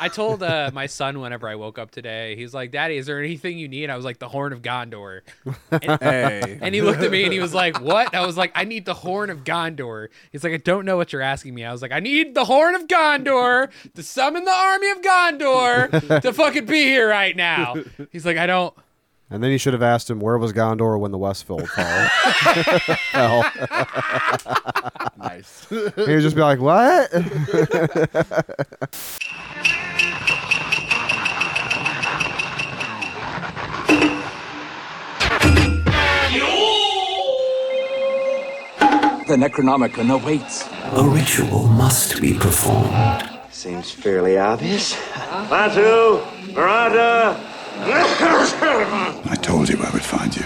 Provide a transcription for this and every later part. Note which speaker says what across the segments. Speaker 1: I told uh, my son whenever I woke up today, he's like, "Daddy, is there anything you need?" I was like, "The horn of Gondor," and,
Speaker 2: Hey.
Speaker 1: and he looked at me and he was like, "What?" I was like, "I need the horn of Gondor." He's like, "I don't know what you're asking me." I was like, "I need the horn of Gondor to summon the army of Gondor to fucking be here right now." He's like, "I don't."
Speaker 3: And then you should have asked him where was Gondor when the Westfold fell. fell.
Speaker 2: nice.
Speaker 3: He would just be like, "What?"
Speaker 4: The Necronomicon awaits.
Speaker 5: A ritual must be performed.
Speaker 6: Seems fairly obvious.
Speaker 7: Batu, Murata,
Speaker 8: I told you I would find you.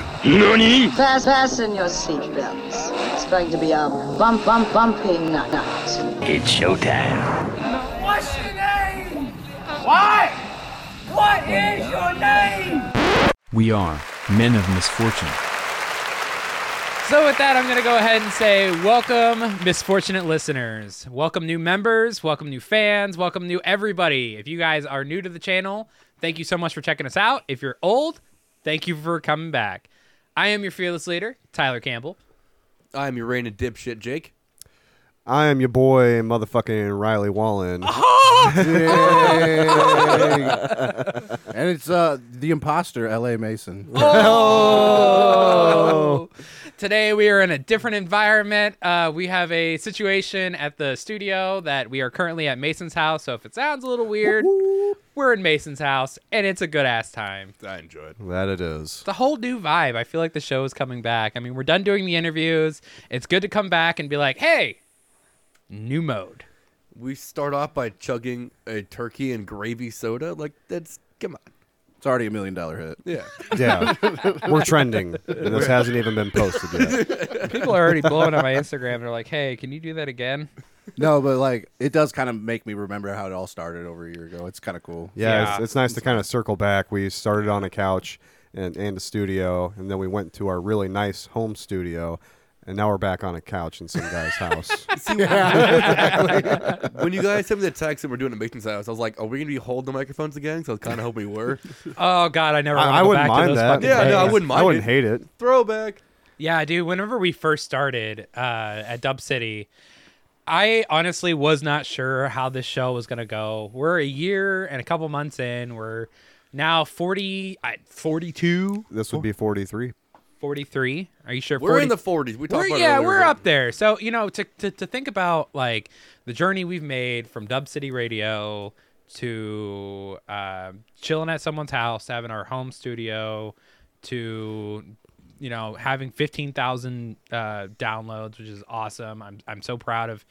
Speaker 9: Fast, fasten your seatbelts. It's going to be a bump, bump, bumpy night.
Speaker 5: It's showtime.
Speaker 10: What's your name? What? What is your name?
Speaker 11: We are men of misfortune.
Speaker 1: So with that, I'm gonna go ahead and say welcome, misfortunate listeners. Welcome new members, welcome new fans, welcome new everybody. If you guys are new to the channel, thank you so much for checking us out. If you're old, thank you for coming back. I am your fearless leader, Tyler Campbell.
Speaker 2: I'm your reigning dipshit, Jake.
Speaker 3: I am your boy, motherfucking Riley Wallen.
Speaker 2: And it's uh the imposter, L.A. Mason.
Speaker 1: Oh. Today we are in a different environment. Uh, we have a situation at the studio that we are currently at Mason's house. So if it sounds a little weird, we're in Mason's house, and it's a good ass time.
Speaker 2: I enjoyed.
Speaker 3: that it is.
Speaker 1: It's a whole new vibe. I feel like the show is coming back. I mean, we're done doing the interviews. It's good to come back and be like, hey, new mode.
Speaker 2: We start off by chugging a turkey and gravy soda. Like that's come on. It's already a million dollar hit. Yeah.
Speaker 3: Yeah, we're trending, and this hasn't even been posted yet.
Speaker 1: People are already blowing up my Instagram. They're like, hey, can you do that again?
Speaker 11: No, but like it does kind of make me remember how it all started over a year ago. It's kind of cool.
Speaker 3: Yeah, It's,
Speaker 1: Yeah.
Speaker 3: it's nice to kind of circle back. We started on a couch and and a studio, and then we went to our really nice home studio, and now we're back on a couch in some guy's house.
Speaker 2: when you guys sent me the text and we're doing a Mason's house, I was like, "Are we gonna be holding the microphones again?" So I was kind of hoping we were.
Speaker 1: Oh, God, I never
Speaker 3: I,
Speaker 1: wanna
Speaker 3: I
Speaker 1: go
Speaker 3: wouldn't
Speaker 1: back to
Speaker 3: mind
Speaker 1: those
Speaker 3: that.
Speaker 1: fucking
Speaker 2: Yeah, no, I
Speaker 1: days.
Speaker 2: wouldn't mind
Speaker 3: I wouldn't
Speaker 2: it.
Speaker 3: hate it.
Speaker 2: Throwback.
Speaker 1: Yeah, dude. Whenever we first started uh, at Dub City, I honestly was not sure how this show was gonna go. We're a year and a couple months in. We're now 40, I- 42,
Speaker 3: This would be forty-three.
Speaker 1: 43. Are you sure?
Speaker 2: We're
Speaker 1: 40
Speaker 2: in the 40s. We talked
Speaker 1: We're,
Speaker 2: about it
Speaker 1: yeah,
Speaker 2: earlier,
Speaker 1: we're
Speaker 2: but-
Speaker 1: up there. So you know, to, to to think about like the journey we've made from Dub City Radio to um chilling at someone's house, having our home studio, to you know having fifteen thousand uh, downloads, which is awesome. I'm I'm so proud of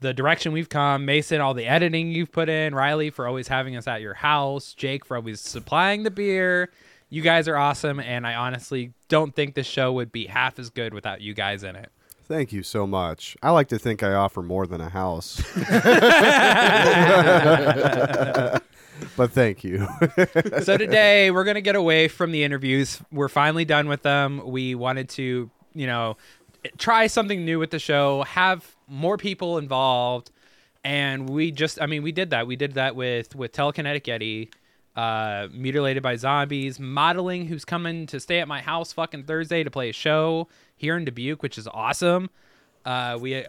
Speaker 1: the direction we've come. Mason, all the editing you've put in. Riley for always having us at your house. Jake for always supplying the beer. You guys are awesome, and I honestly don't think this show would be half as good without you guys in it.
Speaker 3: Thank you so much. I like to think I offer more than a house. but thank you.
Speaker 1: so today we're gonna get away from the interviews. We're finally done with them. We wanted to, you know, try something new with the show, have more people involved, and we just, I mean, we did that. We did that with with telekinetic Yeti, uh, mutilated by zombies, modeling, who's coming to stay at my house fucking Thursday to play a show here in Dubuque, which is awesome. Uh, we, uh,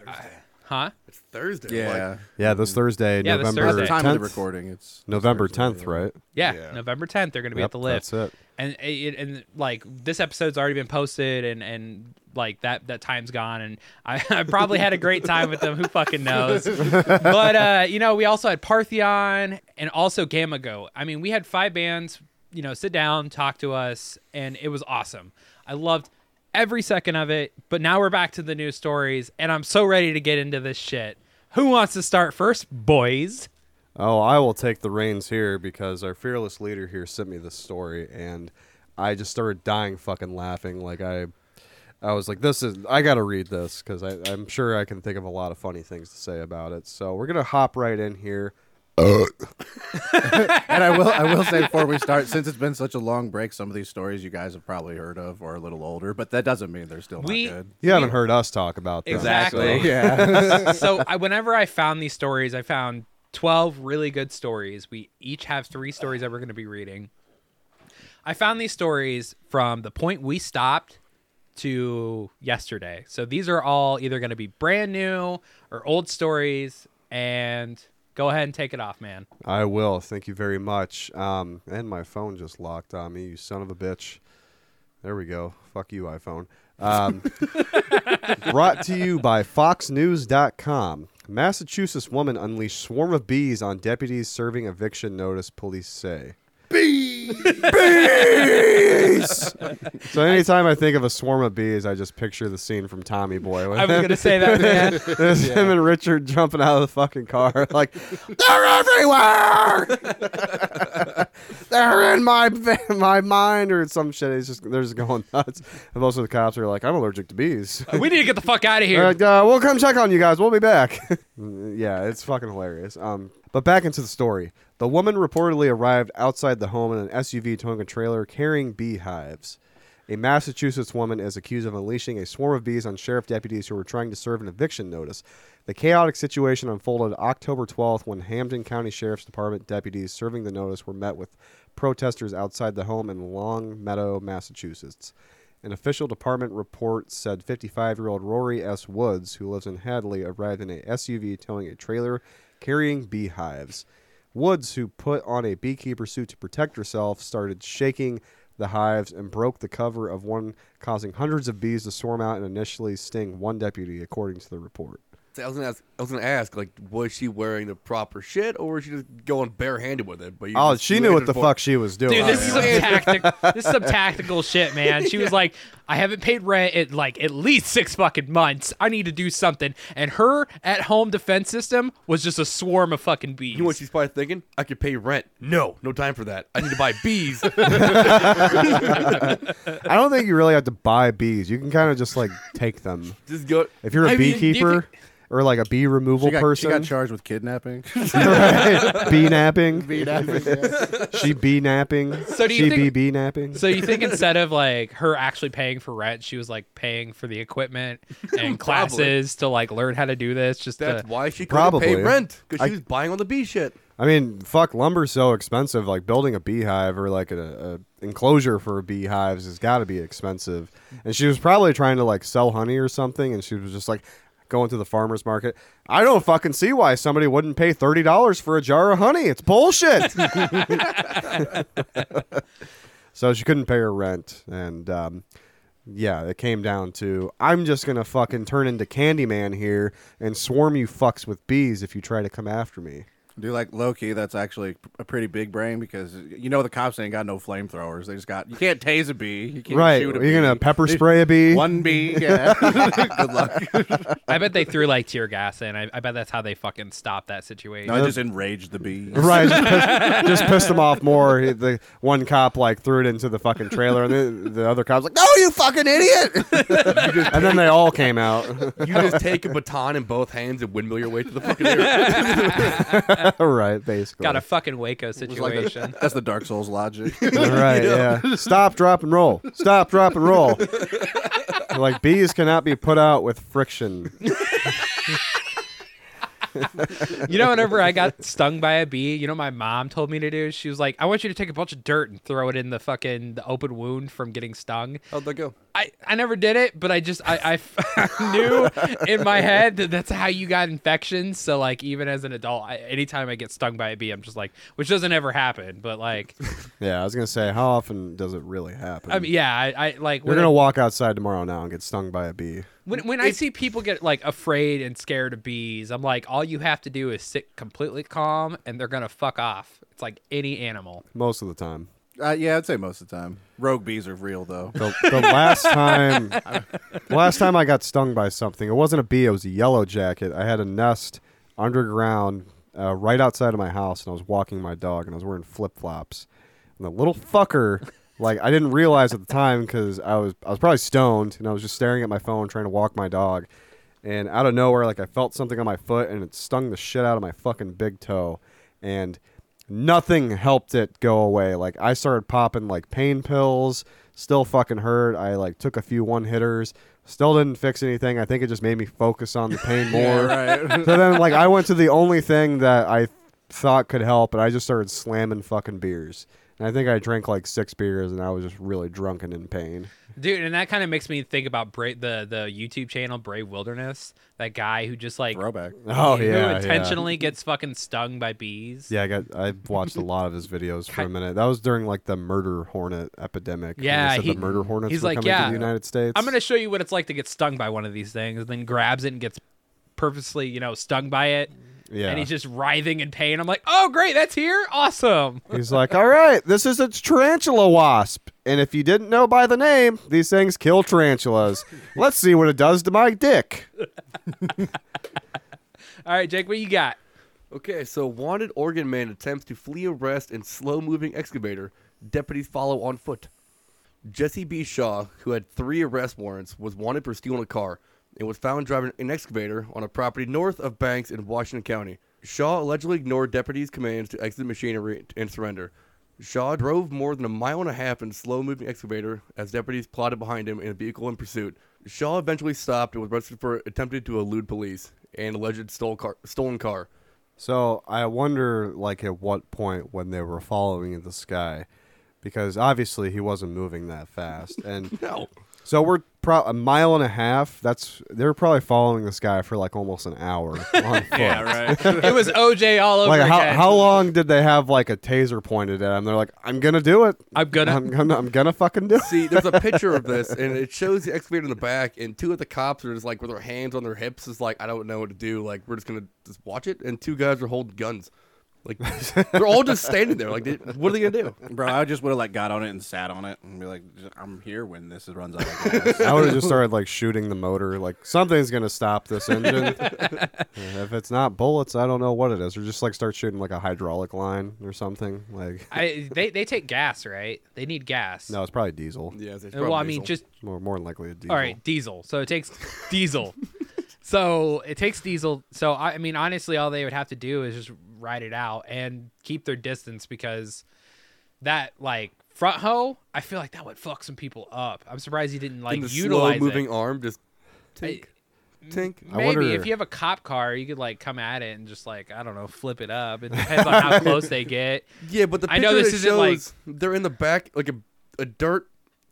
Speaker 1: huh?
Speaker 2: It's Thursday.
Speaker 11: Yeah.
Speaker 3: yeah, this Thursday,
Speaker 1: Mm. Yeah, this
Speaker 3: November
Speaker 11: By the
Speaker 1: Thursday.
Speaker 11: time
Speaker 3: 10th.
Speaker 11: of the recording, it's
Speaker 3: November 10th, right?
Speaker 1: Yeah, November 10th, they're going to be
Speaker 3: Yep,
Speaker 1: at the lift.
Speaker 3: that's it.
Speaker 1: And it, and like this episode's already been posted, and and like that that time's gone, and I, I probably had a great time with them. Who fucking knows? But uh, you know, we also had Parthenon and also Gamma Go. I mean, we had five bands. You know, sit down, talk to us, and it was awesome. I loved every second of it. But now we're back to the news stories, and I'm so ready to get into this shit. Who wants to start first, boys?
Speaker 3: Oh, I will take the reins here because our fearless leader here sent me this story, and I just started dying fucking laughing. Like I, I was like, "This is I gotta read this because I'm sure I can think of a lot of funny things to say about it." So we're gonna hop right in here.
Speaker 11: and I will I will say before we start, since it's been such a long break, some of these stories you guys have probably heard of or a little older, but that doesn't mean they're still
Speaker 1: We-
Speaker 11: not good.
Speaker 3: You haven't heard us talk about this,
Speaker 1: Exactly.
Speaker 3: so-
Speaker 11: Yeah.
Speaker 1: so I, whenever I found these stories, I found 12 really good stories. We each have three stories that we're going to be reading. I found these stories from the point we stopped to yesterday. So these are all either going to be brand new or old stories. And go ahead and take it off, man.
Speaker 3: I will. Thank you very much. Um, and my phone just locked on me. You son of a bitch. There we go. Fuck you, iPhone. Um, brought to you by FoxNews.com. Massachusetts woman unleashed swarm of bees on deputies serving eviction notice. Police say. Bees. so anytime I think of a swarm of bees, I just picture the scene from Tommy Boy.
Speaker 1: I was gonna say that, man.
Speaker 3: There's him and Richard jumping out of the fucking car, like they're everywhere. they're in my my mind or some shit. It's just they're just going nuts. And most of the cops are like, I'm allergic to bees.
Speaker 1: We need to get the fuck out of
Speaker 3: All
Speaker 1: here.
Speaker 3: right, uh, we'll come check on you guys. We'll be back. yeah, it's fucking hilarious. Um, but back into the story. The woman reportedly arrived outside the home in an SUV towing a trailer carrying beehives. A Massachusetts woman is accused of unleashing a swarm of bees on sheriff deputies who were trying to serve an eviction notice. The chaotic situation unfolded October 12th when Hampden County Sheriff's Department deputies serving the notice were met with protesters outside the home in Long Meadow, Massachusetts. An official department report said 55 year old Rory S. Woods, who lives in Hadley, arrived in a SUV towing a trailer carrying beehives. Woods, who put on a beekeeper suit to protect herself, started shaking the hives and broke the cover of one, causing hundreds of bees to swarm out and initially sting one deputy, according to the report.
Speaker 2: See, I was gonna ask. I was gonna ask, like, was she wearing the proper shit, or was she just going barehanded with it? But you
Speaker 3: Oh,
Speaker 2: just-
Speaker 3: she
Speaker 2: you
Speaker 3: knew what
Speaker 2: answered
Speaker 3: the
Speaker 2: for-
Speaker 3: fuck she was doing.
Speaker 1: Dude, this is some
Speaker 2: yeah.
Speaker 1: tactic. This is some tactical shit, man. She was like, "I haven't paid rent in like at least six fucking months. I need to do something." And her at-home defense system was just a swarm of fucking bees.
Speaker 2: You know what she's probably thinking? I could pay rent. No, no time for that. I need to buy bees.
Speaker 3: I don't think you really have to buy bees. You can kind of just like take them.
Speaker 2: just go.
Speaker 3: If you're a
Speaker 1: I mean, you
Speaker 3: beekeeper or like a bee removal
Speaker 11: She got, she
Speaker 3: person,
Speaker 11: got charged with kidnapping.
Speaker 3: right? bee napping. She bee napping.
Speaker 1: So do you
Speaker 3: she
Speaker 1: think-
Speaker 3: be bee napping.
Speaker 1: so you think instead of like her actually paying for rent, she was like paying for the equipment and classes to like learn how to do this? Just
Speaker 2: That's
Speaker 1: to,
Speaker 2: why she couldn't
Speaker 3: uh, Probably.
Speaker 2: pay rent because
Speaker 3: I-
Speaker 2: she was buying all the bee shit.
Speaker 3: I mean, fuck, lumber's so expensive. Like building a beehive or like a, a enclosure for beehives has got to be expensive. And she was probably trying to like sell honey or something, and she was just like going to the farmers market. I don't fucking see why somebody wouldn't pay thirty dollars for a jar of honey. It's bullshit. so she couldn't pay her rent, and um, yeah, it came down to I'm just gonna fucking turn into Candyman here and swarm you fucks with bees if you try to come after me.
Speaker 11: Do like Loki? That's actually a pretty big brain because you know the cops ain't got no flamethrowers. They just got you can't tase a bee. You can't
Speaker 3: Right.
Speaker 11: shoot a
Speaker 3: Are you gonna
Speaker 11: bee.
Speaker 3: pepper spray a bee?
Speaker 11: One bee. Yeah. Good luck.
Speaker 1: I bet they threw like tear gas in. I, I bet that's how they fucking stopped that situation.
Speaker 11: No, I just enraged the bee.
Speaker 3: Right, just pissed, just pissed him off more. He- The one cop like threw it into the fucking trailer, and the, the other cop's like, "No, you fucking idiot!" and then they all came out.
Speaker 2: You just take a baton in both hands and windmill your way to the fucking air.
Speaker 3: right, basically.
Speaker 1: Got a fucking Waco situation.
Speaker 11: That's the Dark Souls logic.
Speaker 3: right, yeah. Stop, drop, and roll. Stop, drop, and roll. like bees cannot be put out with friction.
Speaker 1: You know, whenever I got stung by a bee, you know, what my mom told me to do. She was like, "I want you to take a bunch of dirt and throw it in the fucking the open wound from getting stung."
Speaker 2: How'd that go?
Speaker 1: I I never did it, but I just I, I knew in my head that that's how you got infections. So like, even as an adult, I, anytime I get stung by a bee, I'm just like, which doesn't ever happen, but like,
Speaker 3: Yeah, I was gonna say, how often does it really happen?
Speaker 1: I mean, yeah, I, I like
Speaker 3: You're
Speaker 1: when I-
Speaker 3: gonna walk outside tomorrow now and get stung by a bee.
Speaker 1: When, when I see people get like afraid and scared of bees, I'm like, all you have to do is sit completely calm, and they're gonna fuck off. It's like any animal.
Speaker 3: Most of the time.
Speaker 11: Uh, yeah, I'd say most of the time. Rogue bees are real though.
Speaker 3: The, the last time, the last time I got stung by something, it wasn't a bee. It was a yellow jacket. I had a nest underground, uh, right outside of my house, and I was walking my dog, and I was wearing flip flops, and the little fucker, like I didn't realize at the time because I was I was probably stoned, and I was just staring at my phone trying to walk my dog, and out of nowhere, like I felt something on my foot, and it stung the shit out of my fucking big toe, and nothing helped it go away. Like I started popping like pain pills, still fucking hurt. I like took a few one hitters, still didn't fix anything. I think it just made me focus on the pain more.
Speaker 11: right.
Speaker 3: So then like I went to the only thing that I thought could help, and I just started slamming fucking beers. And I think I drank like six beers, and I was just really drunk and in pain.
Speaker 1: dude and that kind of makes me think about brave the the youtube channel brave wilderness that guy who just like
Speaker 11: Throwback.
Speaker 3: Oh,
Speaker 1: who
Speaker 3: yeah, yeah.
Speaker 1: intentionally gets fucking stung by bees
Speaker 3: Yeah, I got. I watched a lot of his videos for a minute. That was during like the murder hornet epidemic. when they
Speaker 1: Yeah,
Speaker 3: said
Speaker 1: he-
Speaker 3: the murder hornets
Speaker 1: he's
Speaker 3: were
Speaker 1: like,
Speaker 3: coming
Speaker 1: yeah,
Speaker 3: to the United States.
Speaker 1: i'm gonna show you what it's like to get stung by one of these things and then grabs it and gets purposely you know stung by it
Speaker 3: Yeah.
Speaker 1: and he's just writhing in pain i'm like oh great that's here awesome
Speaker 3: He's like, all right, this is a tarantula wasp. And if you didn't know by the name, these things kill tarantulas. Let's see what it does to my dick.
Speaker 1: all right jake what you got
Speaker 2: Okay, so wanted organ man attempts to flee arrest in slow moving excavator. Deputies follow on foot. Jesse B. Shaw, who had three arrest warrants, was wanted for stealing a car and was found driving an excavator on a property north of Banks in Washington County. Shaw allegedly ignored deputies' commands to exit machinery and surrender. Shaw drove more than a mile and a half in slow moving excavator as deputies plotted behind him in a vehicle in pursuit. Shaw eventually stopped and was arrested for attempted to elude police and alleged stole car, stolen car.
Speaker 3: So I wonder, like, at what point when they were following this guy, because obviously he wasn't moving that fast. And
Speaker 2: No.
Speaker 3: so we're pro- a mile and a half. That's they were probably following this guy for like almost an hour. On foot. yeah,
Speaker 1: it was oj all over
Speaker 3: Like how,
Speaker 1: again.
Speaker 3: how long did they have like a taser pointed at him? They're like, I'm gonna do it.
Speaker 1: I'm gonna-
Speaker 3: I'm gonna, I'm gonna fucking do it.
Speaker 2: See, there's a picture of this, and it shows the excavator in the back, and two of the cops are just like with their hands on their hips, is like, I don't know what to do. Like, we're just gonna just watch it, and two guys are holding guns. Like, they're all just standing there. Like, they- what are they gonna do?
Speaker 11: Bro, I just would have like got on it and sat on it and be like, I'm here when this runs out. Of gas."
Speaker 3: I would have just started like shooting the motor. Like something's gonna stop this engine. Uh, if it's not bullets, I don't know what it is. Or just like start shooting like a hydraulic line or something. Like
Speaker 1: I, they, they take gas right they need gas
Speaker 3: no, it's probably diesel.
Speaker 2: Yeah, it's
Speaker 1: well i mean
Speaker 2: probably
Speaker 1: just
Speaker 3: More more than likely a diesel.
Speaker 1: All right, diesel. So it takes diesel. So it takes diesel. So I, I mean, honestly, all they would have to do is just ride it out and keep their distance because that like front hoe, I feel like that would fuck some people up. I'm surprised he didn't like
Speaker 2: And the slow
Speaker 1: utilize
Speaker 2: moving
Speaker 1: it. Mm-hmm.
Speaker 2: arm just tink, tink.
Speaker 3: I
Speaker 1: Maybe
Speaker 3: wonder-
Speaker 1: if you have a cop car, you could like come at it and just like I don't know, flip it up. It depends on how close they get.
Speaker 2: Yeah, but the
Speaker 1: I
Speaker 2: picture
Speaker 1: know this
Speaker 2: that
Speaker 1: isn't, like-
Speaker 2: shows they're in the back, like a, a dirt,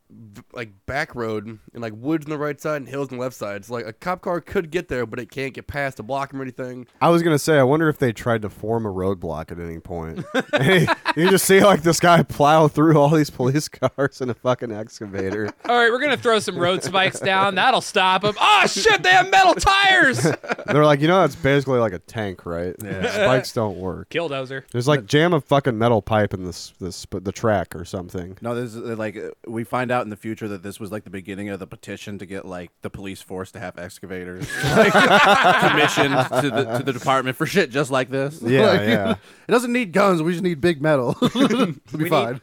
Speaker 2: v- like back road, and like woods on the right side and hills on the left side. It's like a cop car could get there, but it can't get past a block or anything.
Speaker 3: I was gonna say, I wonder if they tried to form a roadblock at any point. Hey, you just see like this guy plow through all these police cars in a fucking excavator.
Speaker 1: All right, we're gonna throw some road spikes down. That'll stop them. Oh shit, they have metal tires.
Speaker 3: They're like, you know, that's basically like a tank, right? Yeah. Spikes don't work.
Speaker 1: Killdozer.
Speaker 3: There's like jam a fucking metal pipe in this this the track or something.
Speaker 11: no, this is like uh, we find out in the future that this was like the beginning of the petition to get like the police force to have excavators like, commissioned to the to the department for shit just like this.
Speaker 3: Yeah,
Speaker 11: Like,
Speaker 3: yeah.
Speaker 11: It doesn't need guns. We just need big metal. It'll be
Speaker 1: need-
Speaker 11: fine.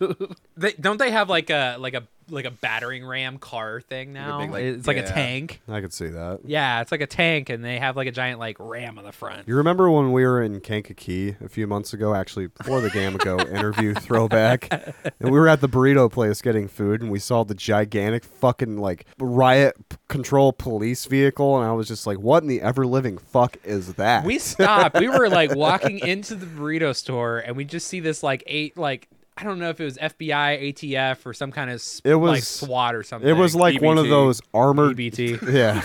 Speaker 1: They, don't they have like a like a like a battering ram car thing now?
Speaker 11: big, like-
Speaker 1: it's like a
Speaker 11: yeah.
Speaker 1: tank.
Speaker 3: I could see that.
Speaker 1: Yeah, it's like a tank, and they have like a giant like ram on the front.
Speaker 3: You remember when we were in Kankakee a few months ago, actually before the Game Ago interview throwback, and we were at the burrito place getting food, and we saw the gigantic fucking like riot p- control police vehicle, and I was just like, "What in the ever living fuck is that?"
Speaker 1: We stopped. we were like walking into the burrito store, and we just see this like eight like I don't know if it was FBI, ATF, or some kind of s-
Speaker 3: It was-
Speaker 1: like SWAT or something. E
Speaker 3: it was like one of
Speaker 11: EBT.
Speaker 3: those armored
Speaker 1: EBT.
Speaker 3: Yeah.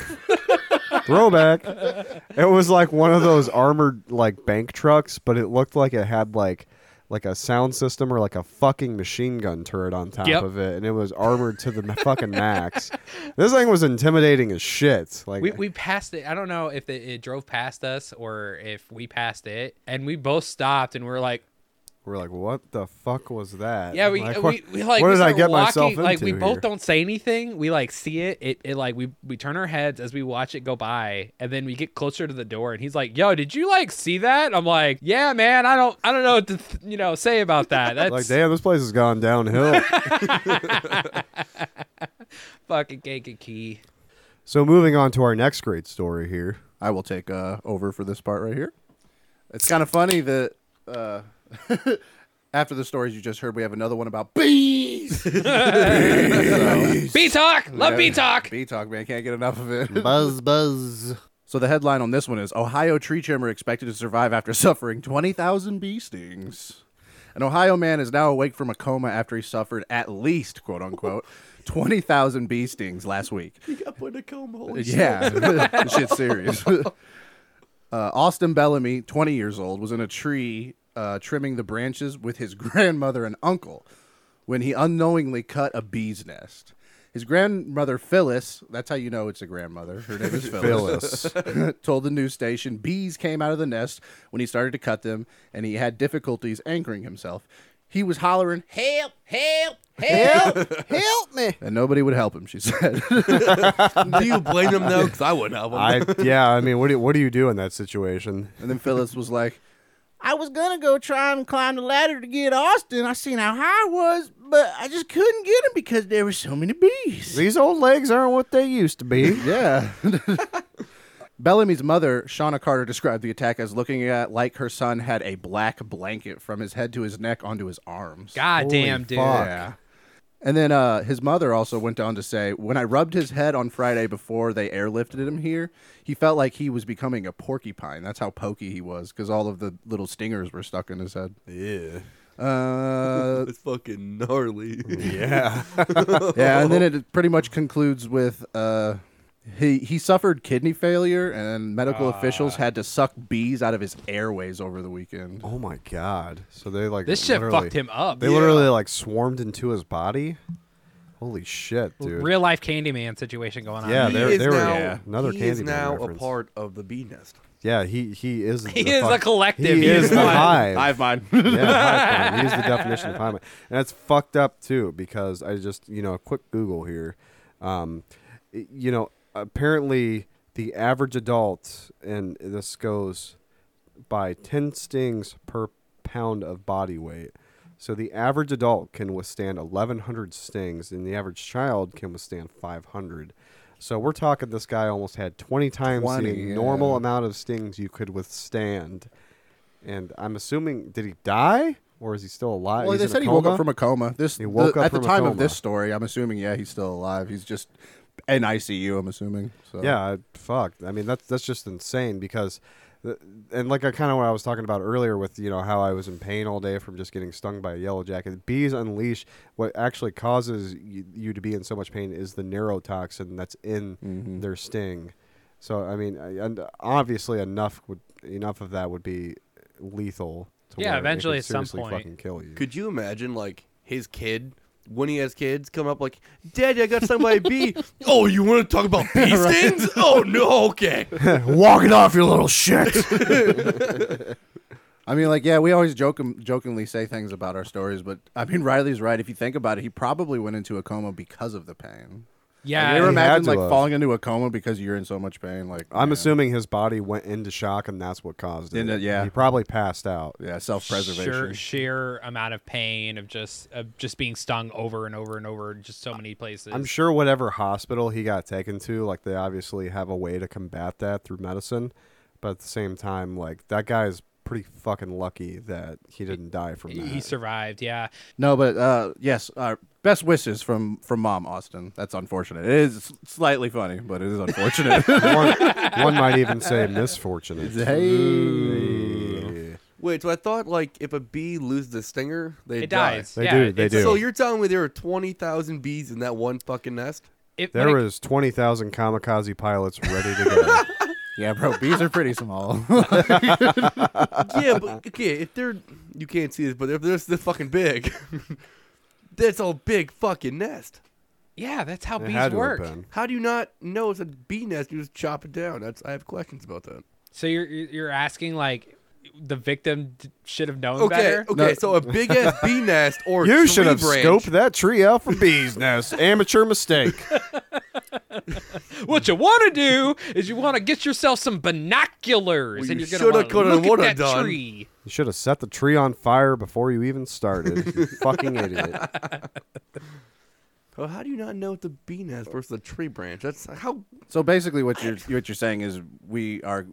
Speaker 3: Throwback. It was like one of those armored like bank trucks, but it looked like it had like like a sound system or like a fucking machine gun turret on top
Speaker 1: Yep.
Speaker 3: of it, and it was armored to the ma- fucking max. This thing was intimidating as shit. Like
Speaker 1: We, we passed it. I don't know if it, it drove past us or if we passed it, and we both stopped and we are like,
Speaker 3: we're like, what the fuck was that?
Speaker 1: Yeah, we uh,
Speaker 3: what,
Speaker 1: we, we like
Speaker 3: what
Speaker 1: we
Speaker 3: did I
Speaker 1: start
Speaker 3: get myself
Speaker 1: walking,
Speaker 3: into?
Speaker 1: like we both
Speaker 3: here?
Speaker 1: don't say anything. We like see it. It it like we we turn our heads as we watch it go by, and then we get closer to the door, and he's like, "Yo, did you like see that?" I'm like, "Yeah, man. I don't I don't know what to th- you know say about that. That's
Speaker 3: Like, damn, this place has gone downhill.
Speaker 1: fucking Kankakee.
Speaker 3: so moving on to our next great story here.
Speaker 11: I will take uh, over for this part right here. It's kind of funny that uh, after the stories you just heard, we have another one about bees.
Speaker 1: B talk, love B talk.
Speaker 11: Bee talk, man. Can't get enough of it.
Speaker 3: Buzz, buzz.
Speaker 11: So the headline on this one is Ohio tree trimmer expected to survive after suffering 20,000 bee stings. An Ohio man is now awake from a coma after he suffered at least, quote unquote, 20,000 bee stings last week.
Speaker 2: He got put in a coma. Holy
Speaker 11: Yeah,
Speaker 2: shit.
Speaker 11: this shit's serious. uh, Austin Bellamy, 20 years old, was in a tree uh, trimming the branches with his grandmother and uncle when he unknowingly cut a bee's nest. His grandmother Phyllis, that's how you know it's a grandmother. Her name is Phyllis. told the news station bees came out of the nest when he started to cut them and he had difficulties anchoring himself. He was hollering, "Help, help, help, help me." And nobody would help him, she said.
Speaker 2: Do you blame him though? Because I wouldn't have.
Speaker 3: I yeah. I mean, what do, what do you do in that situation?
Speaker 11: And then Phyllis was like, I was gonna go try and climb the ladder to get Austin. I seen how high it was, but I just couldn't get him because there were so many bees.
Speaker 3: These old legs aren't what they used to be.
Speaker 11: Yeah. Bellamy's mother, Shauna Carter, described the attack as looking at like her son had a black blanket from his head to his neck onto his arms.
Speaker 1: God damn, dude.
Speaker 11: Yeah. And then uh, his mother also went on to say, when I rubbed his head on Friday before they airlifted him here, he felt like he was becoming a porcupine. That's how pokey he was because all of the little stingers were stuck in his head.
Speaker 2: Yeah.
Speaker 11: Uh,
Speaker 2: It's fucking gnarly.
Speaker 3: Yeah.
Speaker 11: yeah, and then it pretty much concludes with uh, he he suffered kidney failure, and medical officials had to suck bees out of his airways over the weekend.
Speaker 3: Oh my god. So they like
Speaker 1: This shit
Speaker 3: literally-
Speaker 1: fucked him up.
Speaker 3: They literally like swarmed into his body. Holy shit, dude.
Speaker 1: Real life Candyman situation going on.
Speaker 3: Yeah,
Speaker 2: He
Speaker 3: there-
Speaker 2: is
Speaker 3: there we go.
Speaker 2: now,
Speaker 3: Yeah, another
Speaker 2: he is
Speaker 3: Candyman
Speaker 2: now a
Speaker 3: reference.
Speaker 2: part of the bee nest.
Speaker 3: Yeah, he he is.
Speaker 1: He
Speaker 3: the
Speaker 1: is
Speaker 3: fuck-
Speaker 1: a collective.
Speaker 3: He,
Speaker 1: He
Speaker 3: is
Speaker 1: is
Speaker 3: the
Speaker 1: one.
Speaker 3: hive.
Speaker 11: Hive mind.
Speaker 3: yeah, hive mind. He is the definition of hive mind, and that's fucked up too. Because I just you know a quick Google here, um, y- you know apparently the average adult, and this goes by ten stings per pound of body weight. So the average adult can withstand eleven hundred stings, and the average child can withstand five hundred. So we're talking this guy almost had twenty times
Speaker 11: 20,
Speaker 3: the
Speaker 11: yeah.
Speaker 3: normal amount of stings you could withstand. And I'm assuming, did he die or is he still alive?
Speaker 11: Well,
Speaker 3: He's
Speaker 11: they
Speaker 3: in a
Speaker 11: said he woke
Speaker 3: coma?
Speaker 11: up from a coma. This
Speaker 3: He woke
Speaker 11: the-
Speaker 3: up
Speaker 11: at the
Speaker 3: from a
Speaker 11: time of
Speaker 3: coma.
Speaker 11: this story. I'm assuming, yeah, he's still alive. He's just in ICU. I'm assuming. So.
Speaker 3: Yeah, I- fuck. I mean, that's that's just insane because, th- and like I kind of what I was talking about earlier with you know how I was in pain all day from just getting stung by a yellow jacket. Bees unleash what actually causes you, you to be in so much pain is the neurotoxin that's in
Speaker 11: Mm-hmm.
Speaker 3: their sting. So I mean, I, and obviously enough would enough of that would be lethal. To
Speaker 1: Yeah,
Speaker 3: where it
Speaker 1: eventually
Speaker 3: could
Speaker 1: at some
Speaker 3: seriously
Speaker 1: point.
Speaker 3: fucking kill you.
Speaker 2: Could you imagine like his kid when he has kids come up like, Daddy, I got stung by a bee. oh, you want to talk about bee stings? Oh no, okay.
Speaker 3: Walk it off, you little shit.
Speaker 11: I mean, like, yeah, we always joke jokingly say things about our stories, but I mean, Riley's right. If you think about it, he probably went into a coma because of the pain.
Speaker 1: Yeah,
Speaker 11: you ever
Speaker 3: he had
Speaker 11: imagine
Speaker 3: to
Speaker 11: like
Speaker 3: have.
Speaker 11: falling into a coma because you're in so much pain? Like,
Speaker 3: I'm
Speaker 11: yeah.
Speaker 3: assuming his body went into shock and that's what caused it.
Speaker 11: Didn't it? Yeah.
Speaker 3: He probably passed out.
Speaker 11: yeah, self preservation.
Speaker 1: Sheer, sheer amount of pain of just of just being stung over and over and over in just so many places.
Speaker 3: I'm sure whatever hospital he got taken to, like they obviously have a way to combat that through medicine. But at the same time, like that guy's pretty fucking lucky that he didn't die from that.
Speaker 1: he survived. Yeah,
Speaker 11: No, but uh, yes, uh, best wishes from from mom Austin. That's unfortunate. It is slightly funny, but it is unfortunate.
Speaker 3: one, one might even say misfortunate. Hey.
Speaker 2: Wait, so I thought like if a bee loses a stinger, they
Speaker 1: it
Speaker 2: die.
Speaker 1: dies.
Speaker 3: They
Speaker 1: yeah,
Speaker 3: do, they
Speaker 1: it's-
Speaker 3: do.
Speaker 2: So you're telling me there were twenty thousand bees in that one fucking nest?
Speaker 1: It,
Speaker 3: There
Speaker 1: when it-
Speaker 3: was 20,000 kamikaze pilots ready to go.
Speaker 11: yeah, bro, bees are pretty small.
Speaker 2: yeah, but okay, if they're you can't see this, but if they're this fucking big, that's a big fucking nest.
Speaker 1: yeah, that's how
Speaker 3: It had
Speaker 1: bees
Speaker 3: to have
Speaker 1: work.
Speaker 3: been.
Speaker 2: How do you not know it's a bee nest? You just chop it down. That's I have questions about that.
Speaker 1: So you're you're you're asking like the victim d- should have known
Speaker 2: Okay,
Speaker 1: better.
Speaker 2: okay, so a big ass bee nest or
Speaker 3: You
Speaker 2: tree
Speaker 3: should have
Speaker 2: branch.
Speaker 3: scoped that tree out for bees' nests. Amateur mistake.
Speaker 1: What you want to do is you want to get yourself some binoculars
Speaker 2: Well,
Speaker 1: and
Speaker 2: you
Speaker 1: you're
Speaker 2: shoulda,
Speaker 1: going to
Speaker 2: coulda,
Speaker 1: look
Speaker 2: woulda
Speaker 1: at that
Speaker 2: done.
Speaker 1: tree.
Speaker 3: You should have set the tree on fire before you even started. You fucking idiot.
Speaker 2: Oh, how do you not know it's a bee nest versus a tree branch? That's how.
Speaker 11: so basically, what you're what you're saying is we are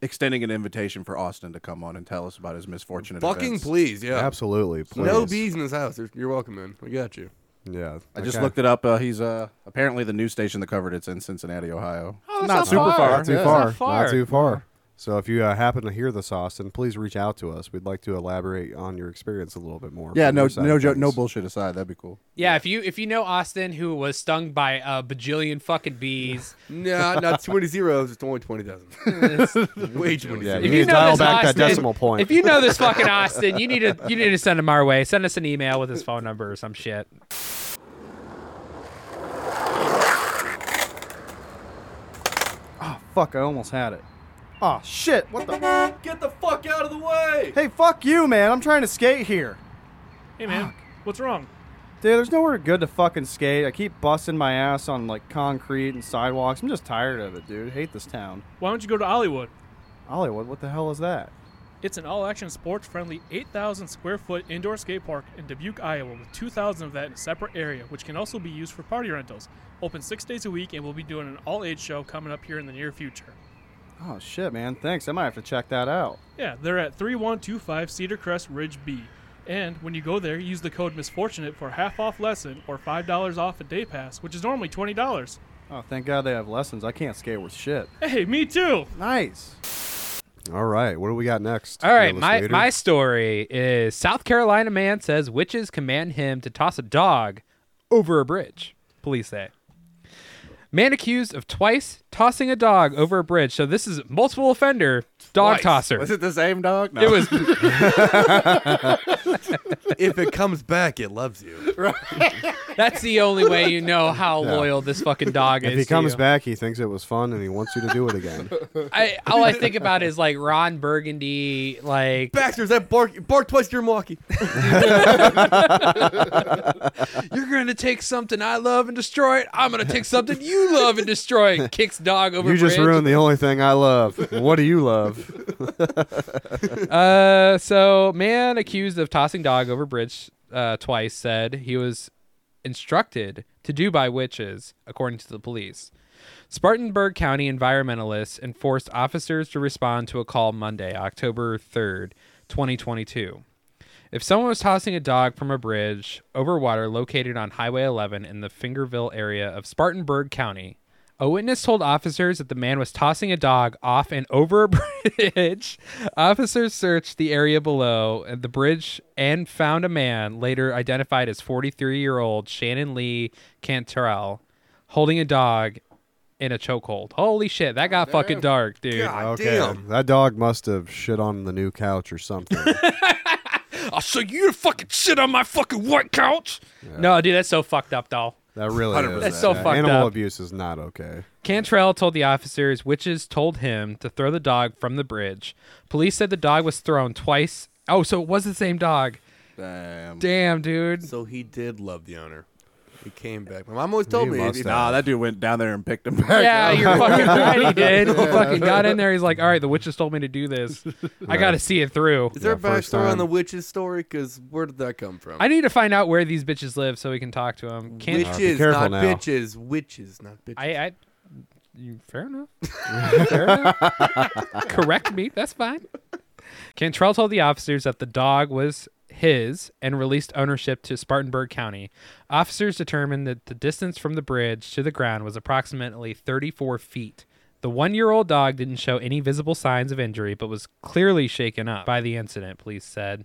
Speaker 11: extending an invitation for Austin to come on and tell us about his misfortunate.
Speaker 2: Fucking
Speaker 11: events.
Speaker 2: please, yeah.
Speaker 3: Absolutely. Please.
Speaker 2: No bees in this house. You're- You're welcome, man. We got you.
Speaker 3: Yeah.
Speaker 11: I just
Speaker 3: okay.
Speaker 11: looked it up. Uh, he's uh, apparently the news station that covered it's in Cincinnati, Ohio.
Speaker 1: Oh, that's
Speaker 11: not
Speaker 1: not
Speaker 11: super
Speaker 1: far.
Speaker 11: far.
Speaker 3: Not too
Speaker 1: Yeah, it's
Speaker 3: far.
Speaker 1: not far.
Speaker 3: too far. So if you uh, happen to hear this, Austin, please reach out to us. We'd like to elaborate on your experience a little bit more.
Speaker 11: Yeah,
Speaker 3: from
Speaker 11: no,
Speaker 3: your side
Speaker 11: no
Speaker 3: of
Speaker 11: joke, no
Speaker 3: things.
Speaker 11: bullshit aside. That'd be cool.
Speaker 1: Yeah, if you if you know Austin who was stung by a bajillion fucking bees,
Speaker 2: Nah, not too many zeros. It's only twenty thousand. Way too
Speaker 3: Yeah,
Speaker 2: many zeros.
Speaker 3: you
Speaker 1: if
Speaker 3: need
Speaker 1: you
Speaker 3: to
Speaker 1: know
Speaker 3: dial
Speaker 1: this
Speaker 3: back
Speaker 1: Austin,
Speaker 3: that decimal point.
Speaker 1: If you know this fucking Austin, you need to you need to send him our way. Send us an email with his phone number or some shit.
Speaker 12: Fuck, I almost had it. Oh shit, what the?
Speaker 2: Get the fuck out of the way!
Speaker 12: Hey, fuck you, man. I'm trying to skate here.
Speaker 13: Hey man, what's wrong?
Speaker 12: Dude, there's nowhere good to fucking skate. I keep busting my ass on like concrete and sidewalks. I'm just tired of it, dude. I hate this town.
Speaker 13: Why don't you go to Hollywood?
Speaker 12: Hollywood, what the hell is that?
Speaker 13: It's an all-action sports-friendly 8,000 square foot indoor skate park in Dubuque, Iowa, with 2,000 of that in a separate area, which can also be used for party rentals. Open six days a week, and we'll be doing an all-age show coming up here in the near future.
Speaker 12: Oh shit, man. Thanks. I might have to check that out.
Speaker 13: Yeah, they're at 3125 Cedar Crest Ridge B. And when you go there, use the code MISFORTUNATE for half off lesson or $5 off a day pass, which is normally $20.
Speaker 12: Oh, thank God they have lessons. I can't skate worth shit.
Speaker 13: Hey, me too!
Speaker 12: Nice.
Speaker 3: All right, what do we got next?
Speaker 1: All right,
Speaker 3: fearless
Speaker 1: my,
Speaker 3: leader?
Speaker 1: my story is South Carolina man says witches command him to toss a dog over a bridge. Police say. Man accused of twice tossing a dog over a bridge. So this is multiple offender dog
Speaker 11: Twice.
Speaker 1: tosser.
Speaker 11: Was it the same dog? No.
Speaker 1: It was
Speaker 2: if it comes back, it loves you.
Speaker 1: That's the only way you know how loyal this fucking dog is.
Speaker 3: if he
Speaker 1: to
Speaker 3: comes
Speaker 1: you.
Speaker 3: back, he thinks it was fun and he wants you to do it again.
Speaker 1: I, all I think about is like Ron Burgundy, like
Speaker 2: Baxter's that bark bark twice, you're Milwaukee.
Speaker 1: you're gonna take something I love and destroy it. I'm gonna take something you love and destroy it. Kicks dog over.
Speaker 3: you just
Speaker 1: bridge.
Speaker 3: ruined the only thing I love. What do you love?
Speaker 1: Uh, so man accused of tossing dog over bridge uh, twice said he was instructed to do by witches, according to the police. Spartanburg County environmentalists enforced officers to respond to a call Monday, October 3rd, 2022. If someone was tossing a dog from a bridge over water located on Highway 11 in the Fingerville area of Spartanburg County, a witness told officers that the man was tossing a dog off and over a bridge. officers searched the area below and the bridge and found a man, later identified as 43 year old Shannon Lee Cantrell, holding a dog in a chokehold. Holy shit, that got fucking dark, dude.
Speaker 3: okay, that dog must have shit on the new couch or something.
Speaker 1: I'll show you to fucking shit on my fucking white couch. No, dude, that's so fucked up, doll.
Speaker 3: That really is.
Speaker 2: 100%. That's
Speaker 1: so
Speaker 3: Yeah,
Speaker 1: fucked
Speaker 3: Animal
Speaker 1: up.
Speaker 3: abuse is not okay.
Speaker 1: Cantrell told the officers witches told him to throw the dog from the bridge. Police said the dog was thrown twice. Oh, so it was the same dog.
Speaker 11: Damn.
Speaker 1: Damn, dude.
Speaker 2: So he did love the honor. He came back. My mom always told
Speaker 3: You
Speaker 2: me
Speaker 3: must
Speaker 2: if-
Speaker 3: have.
Speaker 11: Nah, Oh, that dude went down there and picked him back.
Speaker 1: Yeah,
Speaker 11: up.
Speaker 1: you're fucking right, he did. He fucking got in there. He's like, all right, the witches told me to do this. I got to see it through.
Speaker 2: Is there
Speaker 3: Yeah,
Speaker 2: a
Speaker 3: first
Speaker 2: backstory
Speaker 3: time.
Speaker 2: on the witch's story? Because where did that come from?
Speaker 1: I need to find out where these bitches live so we can talk to them. Can't
Speaker 3: Which-
Speaker 2: witches,
Speaker 3: careful
Speaker 2: not
Speaker 3: now.
Speaker 2: bitches. Witches, not bitches.
Speaker 1: I,
Speaker 14: uh,
Speaker 1: I, you- fair enough. fair enough. Correct me. That's fine. Cantrell told the officers that the dog was his and released ownership to Spartanburg County. Officers determined that the distance from the bridge to the ground was approximately 34 feet. The one year old dog didn't show any visible signs of injury, but was clearly shaken up by the incident, police said.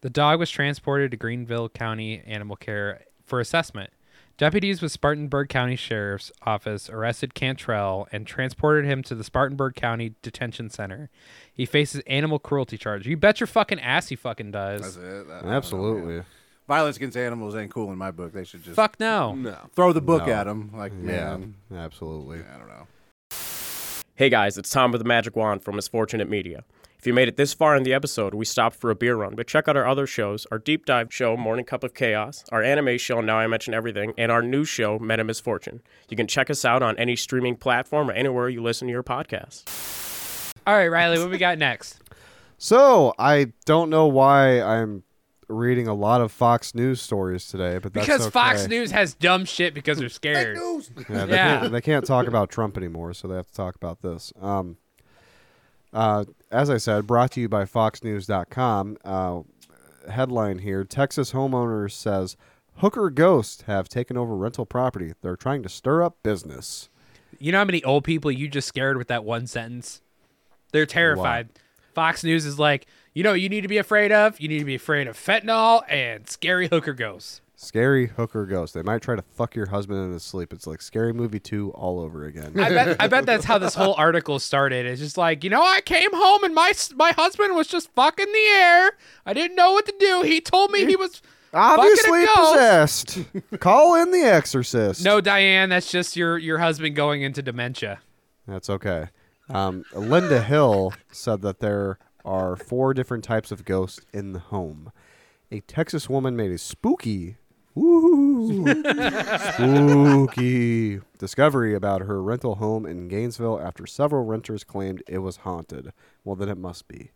Speaker 1: The dog was transported to Greenville County Animal Care for assessment. Deputies with Spartanburg County Sheriff's Office arrested Cantrell and transported him to the Spartanburg County Detention Center. He faces animal cruelty charge. You bet your fucking ass he fucking
Speaker 11: That's
Speaker 1: does.
Speaker 11: it. That-
Speaker 3: Absolutely.
Speaker 11: Violence against animals ain't cool in my book. They should just
Speaker 1: Fuck no.
Speaker 2: no.
Speaker 11: throw the book
Speaker 3: No.
Speaker 11: at him. Like,
Speaker 3: Yeah,
Speaker 11: man,
Speaker 3: absolutely.
Speaker 11: I don't know.
Speaker 14: Hey guys, it's Tom with the Magic Wand from Misfortunate Media. If you made it this far in the episode, we stopped for a beer run, but check out our other shows our deep dive show, Morning Cup of Chaos, our anime show, Now I Mention Everything, and our new show, Meta Misfortune. You can check us out on any streaming platform or anywhere you listen to your podcast.
Speaker 1: All right, Riley, what we got next?
Speaker 3: So I don't know why I'm reading a lot of Fox News stories today, but that's
Speaker 1: Because
Speaker 3: okay.
Speaker 1: Fox News has dumb shit because they're scared.
Speaker 3: Yeah, they,
Speaker 1: Yeah.
Speaker 3: Can't, they can't talk about Trump anymore, so they have to talk about this. Um, uh, as I said, brought to you by FoxNews.com. Uh, headline here Texas homeowner says Hooker ghosts have taken over rental property. They're trying to stir up business.
Speaker 1: You know how many old people you just scared with that one sentence? They're terrified. Fox News is like, you know, what you need to be afraid of. You need to be afraid of fentanyl and scary hooker ghosts.
Speaker 3: Scary hooker ghosts. They might try to fuck your husband in his sleep. It's like Scary Movie 2 all over again.
Speaker 1: I bet, I bet that's how this whole article started. It's just like, you know, I came home and my s- my husband was just fucking the air. I didn't know what to do. He told me he was
Speaker 3: Obviously
Speaker 1: fucking a ghost.
Speaker 3: possessed. Call in the exorcist.
Speaker 1: No, Diane, that's just your your husband going into dementia.
Speaker 3: That's okay. Um, Linda Hill said that there are four different types of ghosts in the home. A Texas woman made a spooky, woo, spooky discovery about her rental home in Gainesville after several renters claimed it was haunted. Well, then it must be.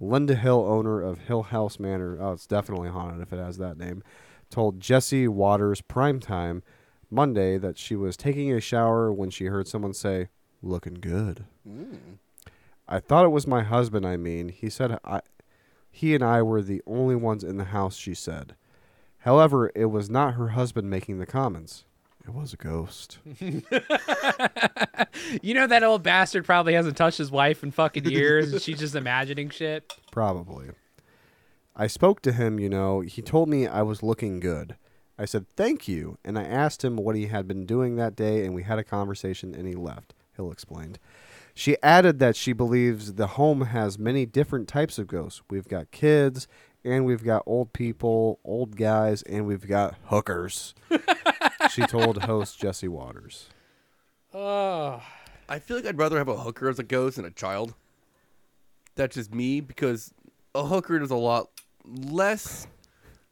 Speaker 3: Linda Hill, owner of Hill House Manor, oh, it's definitely haunted if it has that name, told Jesse Waters Primetime Monday that she was taking a shower when she heard someone say, looking good. I thought it was my husband, I mean. He said I, he and I were the only ones in the house, she said. However, it was not her husband making the comments. It was a ghost.
Speaker 1: You know that old bastard probably hasn't touched his wife in fucking years, and she's just imagining shit.
Speaker 3: Probably. I spoke to him, you know. He told me I was looking good. I said, thank you. And I asked him what he had been doing that day, and we had a conversation, and he left. Hill explained. She added that she believes the home has many different types of ghosts. We've got kids, and we've got old people, old guys, and we've got hookers. she told host Jesse Waters.
Speaker 1: Oh.
Speaker 2: I feel like I'd rather have a hooker as a ghost than a child. That's just me because a hooker does a lot less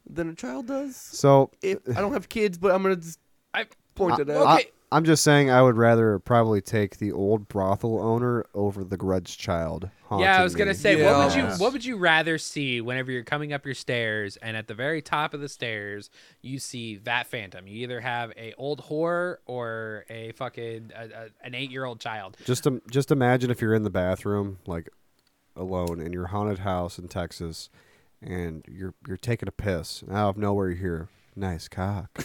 Speaker 2: than a child does.
Speaker 3: So
Speaker 2: If I don't have kids, but I'm gonna just
Speaker 1: I
Speaker 2: point it out.
Speaker 3: I, am just saying, I would rather probably take the old brothel owner over the grudge child.
Speaker 1: yeah, I
Speaker 3: haunting
Speaker 1: was gonna
Speaker 3: me.
Speaker 1: say, what would you what would you rather see whenever you're coming up your stairs and at the very top of the stairs you see that phantom? You either have a old whore or a fucking a, a, an eight year old child.
Speaker 3: Just im- just imagine if you're in the bathroom, like alone in your haunted house in Texas, and you're you're taking a piss, and out of nowhere you hear, "Nice cock."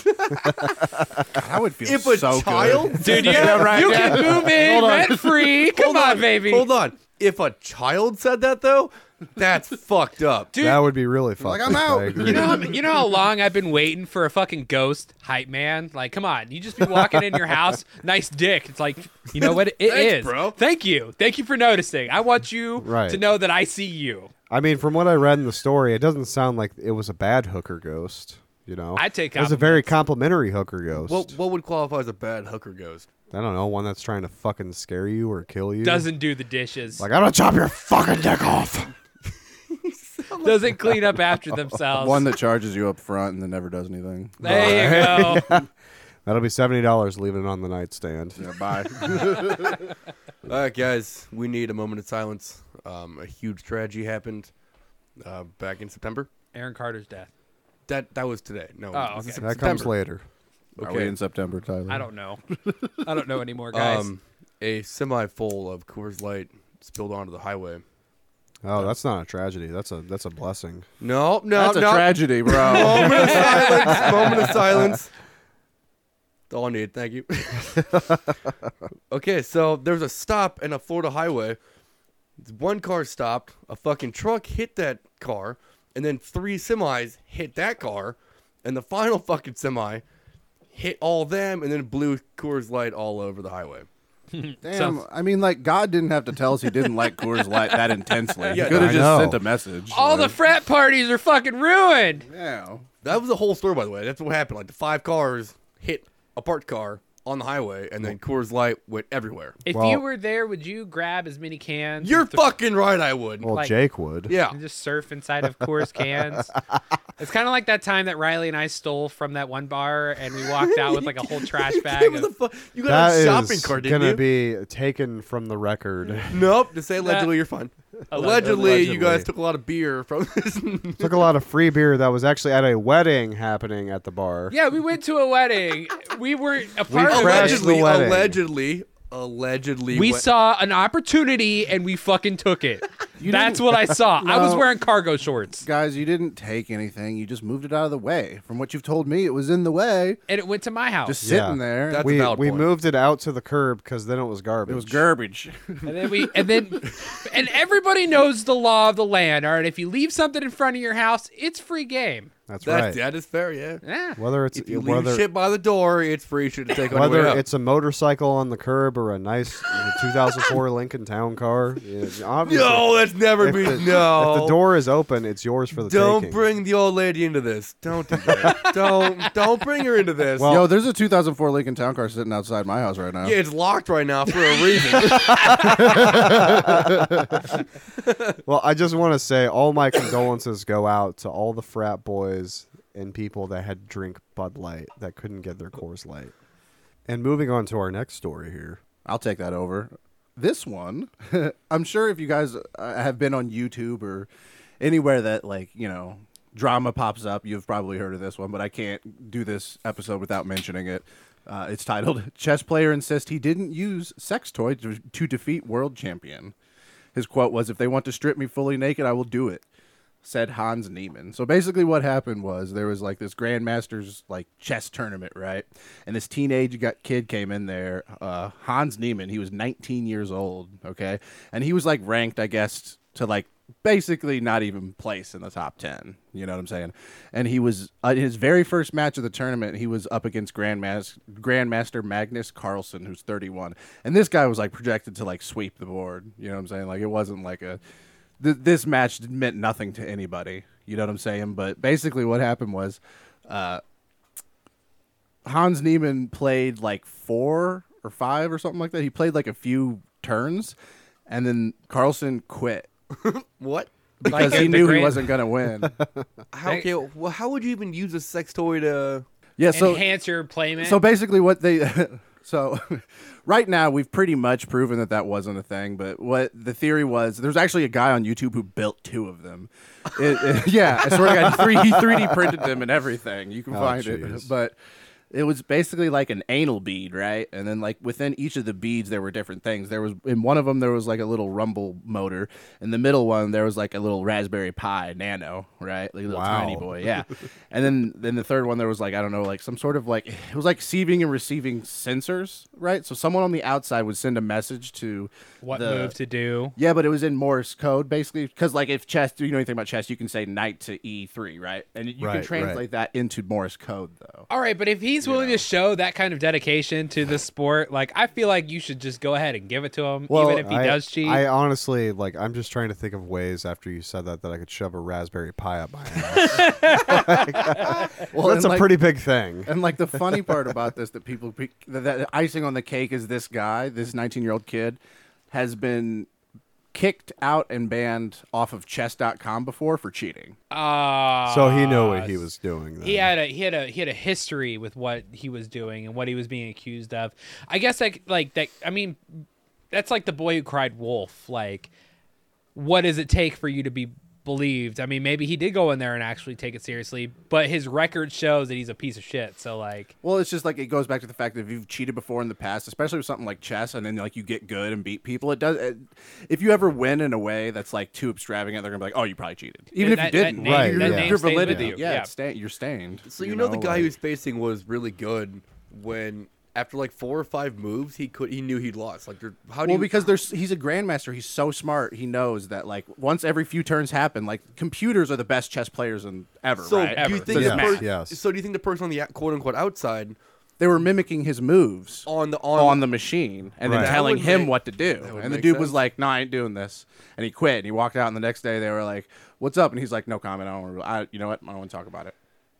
Speaker 11: I would feel
Speaker 2: if a
Speaker 11: so
Speaker 2: child,
Speaker 11: good.
Speaker 1: Dude, yeah, right, you yeah. can move in
Speaker 2: Hold on.
Speaker 1: rent-free. Come
Speaker 2: Hold
Speaker 1: on, baby.
Speaker 2: Hold on. If a child said that though, that's fucked up.
Speaker 1: Dude,
Speaker 3: that would be really fucked.
Speaker 11: I'm
Speaker 3: up,
Speaker 11: out.
Speaker 3: I agree.
Speaker 1: You know, you know how long I've been waiting for a fucking ghost hype man. Like, come on, you just be walking in your house, nice dick. It's like, you know what? It is,
Speaker 2: Thanks, bro.
Speaker 1: Thank you, thank you for noticing. I want you
Speaker 3: Right.
Speaker 1: to know that I see you.
Speaker 3: I mean, from what I read in the story, it doesn't sound like it was a bad hooker ghost. You know,
Speaker 1: I'd take
Speaker 3: it was a very complimentary hooker ghost.
Speaker 2: What what would qualify as a bad hooker ghost?
Speaker 3: I don't know, one that's trying to fucking scare you or kill you.
Speaker 1: Doesn't do the dishes.
Speaker 3: like I'm gonna chop your fucking dick off.
Speaker 1: doesn't clean up after themselves.
Speaker 11: One that charges you up front and then never does anything.
Speaker 1: there you go.
Speaker 3: That'll be seventy dollars. Leaving it on the nightstand.
Speaker 11: Yeah, bye.
Speaker 2: All right, guys, we need a moment of silence. Um, a huge tragedy happened uh, back in September.
Speaker 1: Aaron Carter's death.
Speaker 2: That that was today. No,
Speaker 1: Oh,
Speaker 2: this is
Speaker 1: okay.
Speaker 3: that comes
Speaker 2: September.
Speaker 3: later.
Speaker 11: Are we in September, Tyler?
Speaker 1: I don't know. I don't know anymore, guys.
Speaker 2: Um, a semi full of Coors Light spilled onto the highway.
Speaker 3: Oh, that's not a tragedy. That's a that's a blessing.
Speaker 2: No, no,
Speaker 11: That's a
Speaker 2: no.
Speaker 11: tragedy, bro.
Speaker 2: moment of silence. Moment of silence. That's all I need. Thank you. okay, so there's a stop in a Florida highway. One car stopped. A fucking truck hit that car, and then three semis hit that car, and the final fucking semi hit all them, and then blew Coors Light all over the highway.
Speaker 11: Damn. I mean, like God didn't have to tell us he didn't like Coors Light that intensely.
Speaker 2: Yeah,
Speaker 11: he could
Speaker 3: I
Speaker 11: have just
Speaker 3: know.
Speaker 11: sent a message.
Speaker 1: All the frat parties are fucking ruined.
Speaker 11: yeah.
Speaker 2: That was the whole story, by the way. That's what happened. Like the five cars hit a parked car on the highway, and then Coors Light went everywhere.
Speaker 1: If you
Speaker 3: Well-
Speaker 1: were there, would you grab as many cans?
Speaker 2: You're
Speaker 1: and th-
Speaker 2: fucking right. I would.
Speaker 3: Well,
Speaker 1: Like-
Speaker 3: Jake would.
Speaker 2: Yeah.
Speaker 1: and just surf inside of Coors cans. it's kind of like that time that Riley and I stole from that one bar, and we walked out with like a whole trash bag.
Speaker 2: Give us
Speaker 1: Of,
Speaker 2: the fu- you got
Speaker 3: That
Speaker 2: a
Speaker 3: is
Speaker 2: shopping cart, didn't
Speaker 3: gonna
Speaker 2: you?
Speaker 3: be taken from the record.
Speaker 2: nope, just say allegedly. You're fine. Allegedly, you
Speaker 3: Allegedly.
Speaker 2: guys took a lot of beer from this.
Speaker 3: Took a lot of free beer that was actually at a wedding happening at the bar.
Speaker 1: yeah, we went to a wedding. We weren't a part of
Speaker 3: crashed
Speaker 1: it.
Speaker 3: the
Speaker 2: allegedly,
Speaker 3: wedding.
Speaker 2: allegedly, allegedly.
Speaker 1: We
Speaker 2: went-
Speaker 1: saw an opportunity and we fucking took it. That's what I saw. I was
Speaker 11: No.
Speaker 1: wearing cargo shorts.
Speaker 11: Guys, you didn't take anything. You just moved it out of the way. From what you've told me, it was in the way.
Speaker 1: And it went to my house.
Speaker 11: Just sitting there.
Speaker 3: we we moved it out to the curb because then it was garbage.
Speaker 11: It was garbage.
Speaker 1: And then we and then and everybody knows the law of the land. All right, if you leave something in front of your house, it's free game.
Speaker 3: That's That- right.
Speaker 2: That is fair, yeah.
Speaker 1: Yeah.
Speaker 3: Whether it's
Speaker 2: If you leave
Speaker 3: whether
Speaker 2: shit by the door, it's free shit to take on your
Speaker 3: whether
Speaker 2: way out.
Speaker 3: it's a motorcycle on the curb or a nice uh, 2004 Lincoln Town Car. yeah, obviously,
Speaker 2: No, that's never
Speaker 3: if
Speaker 2: been-
Speaker 3: the-
Speaker 2: no.
Speaker 3: If the door is open, it's yours for the
Speaker 2: Don't
Speaker 3: taking.
Speaker 2: bring the old lady into this. Don't do that. don't don't bring her into this.
Speaker 11: Yo, there's a 2004 Lincoln Town Car sitting outside my house right now.
Speaker 2: yeah, it's locked right now for a reason.
Speaker 3: well, I just want to say all my condolences go out to all the frat boys and people that had to drink Bud Light that couldn't get their Coors Light. And moving on to our next story here.
Speaker 11: I'll take that over. This one, I'm sure if you guys uh, have been on YouTube or anywhere that like you know drama pops up, you've probably heard of this one. But I can't do this episode without mentioning it. Uh, it's titled "Chess Player Insists He Didn't Use Sex Toy to, to Defeat World Champion." His quote was, "If they want to strip me fully naked, I will do it." Said Hans Niemann. So basically, what happened was there was like this grandmaster's like chess tournament, right? And this teenage got, kid came in there, uh, Hans Niemann. He was 19 years old, okay, and he was like ranked, I guess, to like basically not even place in the top 10 you know what i'm saying and he was uh, in his very first match of the tournament he was up against grandmaster grandmaster magnus carlsen who's 31 and this guy was like projected to like sweep the board you know what i'm saying like it wasn't like a th- this match meant nothing to anybody you know what i'm saying but basically what happened was uh Hans Niemann played like four or five or something like that. He played like a few turns, and then Carlson quit
Speaker 2: what?
Speaker 11: because he knew he wasn't going to win.
Speaker 2: How, okay, well, how would you even use a sex toy to?
Speaker 11: Yeah, so-
Speaker 1: enhance your playment.
Speaker 11: so basically, what they so right now we've pretty much proven that that wasn't a thing. But what the theory was, there's actually a guy on YouTube who built two of them. It- it- yeah, I swear to God, three he 3D printed them and everything. You can
Speaker 3: Oh,
Speaker 11: find
Speaker 3: jeez.
Speaker 11: it, but. It was basically like an anal bead, right? And then like within each of the beads, there were different things. There was in one of them there was like a little rumble motor. In the middle one, there was like a little Raspberry Pi Nano, right? Like a little tiny
Speaker 3: Wow.
Speaker 11: boy, yeah. and then then the third one there was like I don't know, like some sort of like it was like receiving and receiving sensors, right? So someone on the outside would send a message to
Speaker 1: What
Speaker 11: the-
Speaker 1: move to do?
Speaker 11: yeah, but it was in Morse code basically because like if chess, you know anything about chess, you can say knight to e three, right? And you
Speaker 1: Right,
Speaker 11: can
Speaker 1: right.
Speaker 11: translate that into Morse code though.
Speaker 1: All right, but if he's willing to show that kind of dedication to the sport, like I feel like you should just go ahead and give it to him,
Speaker 3: Well,
Speaker 1: even if he
Speaker 3: I,
Speaker 1: does cheat.
Speaker 3: I honestly like. I'm just trying to think of ways after you said that that I could shove a Raspberry Pi up my ass. well,
Speaker 11: and
Speaker 3: that's a
Speaker 11: like-
Speaker 3: pretty big thing.
Speaker 11: And like the funny part about this that people pe- that, that icing on the cake is this guy, this 19-year-old kid has been kicked out and banned off of chess.com before for cheating.
Speaker 1: Ah,
Speaker 3: So he knew what he was doing. Then.
Speaker 1: He had a he had a he had a history with what he was doing and what he was being accused of. I guess like like that. I mean, that's like the boy who cried wolf. Like, what does it take for you to be believed? I mean, maybe he did go in there and actually take it seriously, but his record shows that he's a piece of shit. So like,
Speaker 11: Well, it's just like it goes back to the fact that if you've cheated before in the past, especially with something like chess, and then like you get good and beat people, it does. It, if you ever win in a way that's like too extravagant, they're gonna be like, "Oh, you probably cheated,"
Speaker 1: Yeah,
Speaker 11: even if
Speaker 1: that-
Speaker 11: you
Speaker 1: that
Speaker 11: didn't.
Speaker 1: name- Right, that
Speaker 11: your,
Speaker 1: name
Speaker 11: your
Speaker 1: stays with
Speaker 11: validity,
Speaker 1: you,
Speaker 11: yeah,
Speaker 1: yeah.
Speaker 11: it's sta- you're stained.
Speaker 2: So you, know, the guy
Speaker 11: like-
Speaker 2: whose spacing was really good when after like four or five moves he could he knew he lost. Like there- how do
Speaker 11: well,
Speaker 2: you
Speaker 11: because there's he's a grandmaster. He's so smart. He knows that like once every few turns happen, like computers are the best chess players in ever.
Speaker 2: so
Speaker 11: right?
Speaker 2: do you
Speaker 11: Ever.
Speaker 2: think
Speaker 11: Doesn't
Speaker 2: the per-
Speaker 11: matter.
Speaker 2: so do you think the person on the quote unquote outside
Speaker 11: They were mimicking his moves
Speaker 2: on the on,
Speaker 11: on, the machine and
Speaker 2: Right.
Speaker 11: then
Speaker 2: That
Speaker 11: telling
Speaker 2: would
Speaker 11: him
Speaker 2: make-
Speaker 11: what to do.
Speaker 2: that would
Speaker 11: And the
Speaker 2: make
Speaker 11: dude was
Speaker 2: sense.
Speaker 11: like, "No, I ain't doing this," and he quit. And he walked out. And the next day, they were like, "What's up?" And he's like, "No comment. I don't. Wanna, I, you know what? I don't want to talk about it."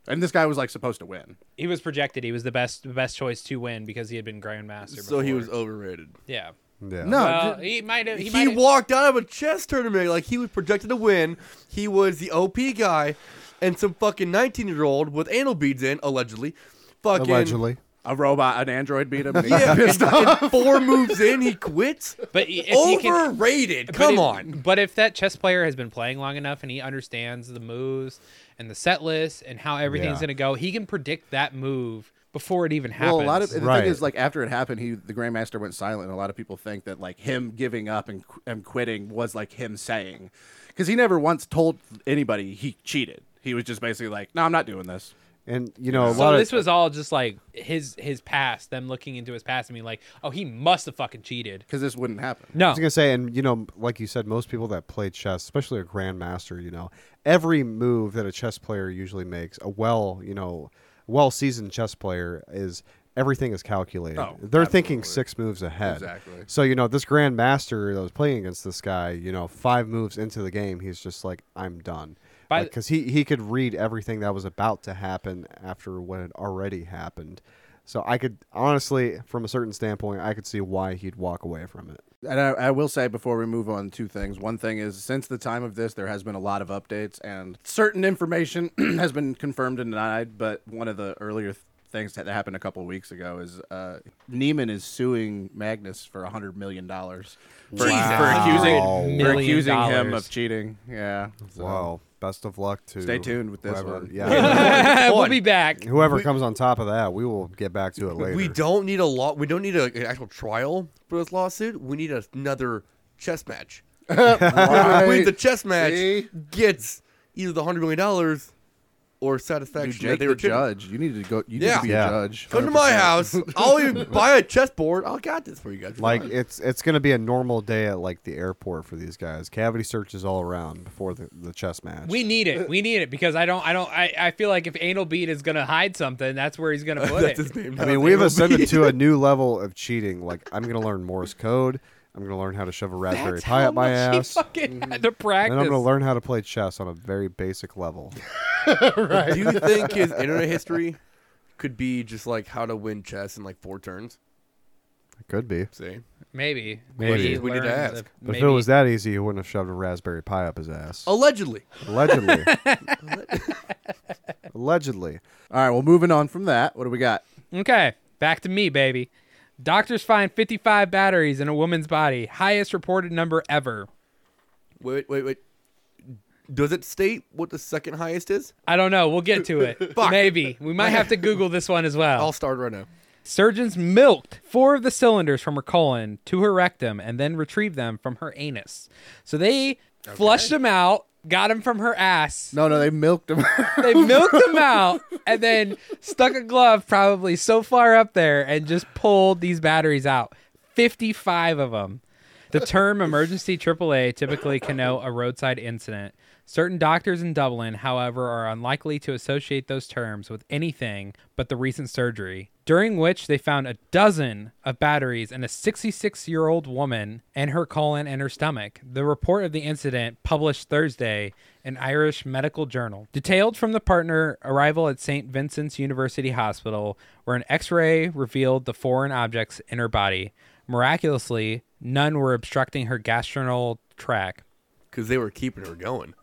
Speaker 11: And this guy was like supposed to win.
Speaker 1: he was projected. He was the best the best choice to win because he had been grandmaster.
Speaker 2: so he
Speaker 1: before.
Speaker 2: was overrated.
Speaker 1: Yeah.
Speaker 3: Yeah.
Speaker 11: No,
Speaker 1: Well, he might have.
Speaker 2: He,
Speaker 1: He, might have.
Speaker 2: walked out of a chess tournament like he was projected to win. He was the OP guy, and some fucking nineteen year old with anal beads in allegedly, fucking
Speaker 3: Allegedly.
Speaker 11: A robot, an android beat him. And he
Speaker 2: Yeah,
Speaker 11: got pissed off.
Speaker 2: and- and four moves in, he quits.
Speaker 1: But i- if he can-
Speaker 2: overrated.
Speaker 1: but
Speaker 2: Come
Speaker 1: if-
Speaker 2: on.
Speaker 1: But if that chess player has been playing long enough and he understands the moves and the set list and how everything's
Speaker 11: Yeah.
Speaker 1: going to go. He can predict that move before it even happens.
Speaker 11: Well, a lot of the thing is like after it happened, he the grandmaster went silent. And a lot of people think that like him giving up and qu- and quitting was like him saying, because he never once told anybody he cheated. He was just basically like, "No, I'm not doing this."
Speaker 3: And you know, a
Speaker 1: so
Speaker 3: lot
Speaker 1: this
Speaker 3: of
Speaker 1: was all just like his his past, them looking into his past and being like, oh, he must have fucking cheated
Speaker 11: because this wouldn't happen.
Speaker 3: I was gonna say, and you know, like you said, most people that play chess, especially a grandmaster, you know, every move that a chess player usually makes, a well, you know, well seasoned chess player is everything is calculated.
Speaker 11: Oh,
Speaker 3: They're thinking six moves ahead.
Speaker 11: Exactly.
Speaker 3: So you know, this grandmaster that was playing against this guy, you know, five moves into the game, he's just like, I'm done.
Speaker 1: By the-
Speaker 3: Because he, he could read everything that was about to happen after what had already happened. So I could honestly, from a certain standpoint, I could see why he'd walk away from it.
Speaker 11: And I, I will say before we move on, two things. One thing is since the time of this, there has been a lot of updates, and certain information has been confirmed and denied. But one of the earlier th- things that happened a couple weeks ago is uh, Neiman is suing Magnus for a hundred million dollars for,
Speaker 3: Jesus.
Speaker 11: for accusing
Speaker 3: Wow.
Speaker 11: for
Speaker 3: Million
Speaker 11: accusing him
Speaker 3: dollars.
Speaker 11: of cheating. Yeah. So-
Speaker 3: Wow. Best of luck to
Speaker 11: Stay tuned with this
Speaker 3: whoever-
Speaker 11: one.
Speaker 3: Yeah.
Speaker 1: We'll be back.
Speaker 3: Whoever comes on top of that, we will get back to it later.
Speaker 2: We don't need a law. We don't need a, an actual trial for this lawsuit. We need another chess match. Whoever wins the chess match gets either the hundred million dollars or satisfaction.
Speaker 11: Dude,
Speaker 2: that
Speaker 11: Jake
Speaker 2: they
Speaker 11: the
Speaker 2: were cheating.
Speaker 11: judge. You need to go. You need
Speaker 2: Yeah.
Speaker 11: to be
Speaker 2: Yeah.
Speaker 11: a judge.
Speaker 2: Come to my
Speaker 11: 100%.
Speaker 2: house. I'll even buy a chessboard. I'll got this for you guys.
Speaker 3: Like it's it's gonna be a normal day at like the airport for these guys. Cavity searches all around before the, the chess match.
Speaker 1: We need it. We need it because I don't. I don't. I, I feel like if Anal Beat is gonna hide something, that's where he's gonna put
Speaker 2: That's
Speaker 1: it.
Speaker 2: his name
Speaker 3: I mean, we've ascended to a new level of cheating. Like I'm gonna learn Morse code. I'm gonna learn how to shove a raspberry
Speaker 1: That's
Speaker 3: Pi
Speaker 1: how
Speaker 3: up my
Speaker 1: much he
Speaker 3: ass.
Speaker 1: fucking had to
Speaker 3: And I'm
Speaker 1: practice.
Speaker 3: gonna learn how to play chess on a very basic level.
Speaker 2: Do you think his internet history could be just like how to win chess in like four turns?
Speaker 3: Could be.
Speaker 2: See,
Speaker 1: Maybe.
Speaker 3: Maybe.
Speaker 1: he
Speaker 2: We need to
Speaker 1: learns
Speaker 2: ask.
Speaker 1: if-
Speaker 3: But if it
Speaker 1: maybe-
Speaker 3: was that easy, he wouldn't have shoved a Raspberry Pi up his ass.
Speaker 2: Allegedly.
Speaker 3: Allegedly. Allegedly.
Speaker 11: All right. Well, moving on from that, what do we got?
Speaker 1: Okay, back to me, baby. Doctors find 55 batteries in a woman's body, highest reported number ever.
Speaker 2: Wait, wait, wait. Does it state what the second highest is?
Speaker 1: I don't know. We'll get to it. Maybe. We might have to Google this one as well. I'll
Speaker 2: start right now.
Speaker 1: Surgeons milked four of the cylinders from her colon to her rectum and then retrieved them from her anus. So they flushed them out, got them from her ass.
Speaker 11: No, no, they milked them.
Speaker 1: they milked them out and then stuck a glove probably so far up there and just pulled these batteries out. 55 of them. The term emergency AAA typically connote a roadside incident. Certain doctors in Dublin, however, are unlikely to associate those terms with anything but the recent surgery, during which they found a dozen of batteries in a 66 year old woman and her colon and her stomach. The report of the incident, published Thursday in Irish Medical Journal, detailed from the partner arrival at St. Vincent's University Hospital, where an x ray revealed the foreign objects in her body. Miraculously, none were obstructing her gastrinal tract.
Speaker 2: Because they were keeping her going.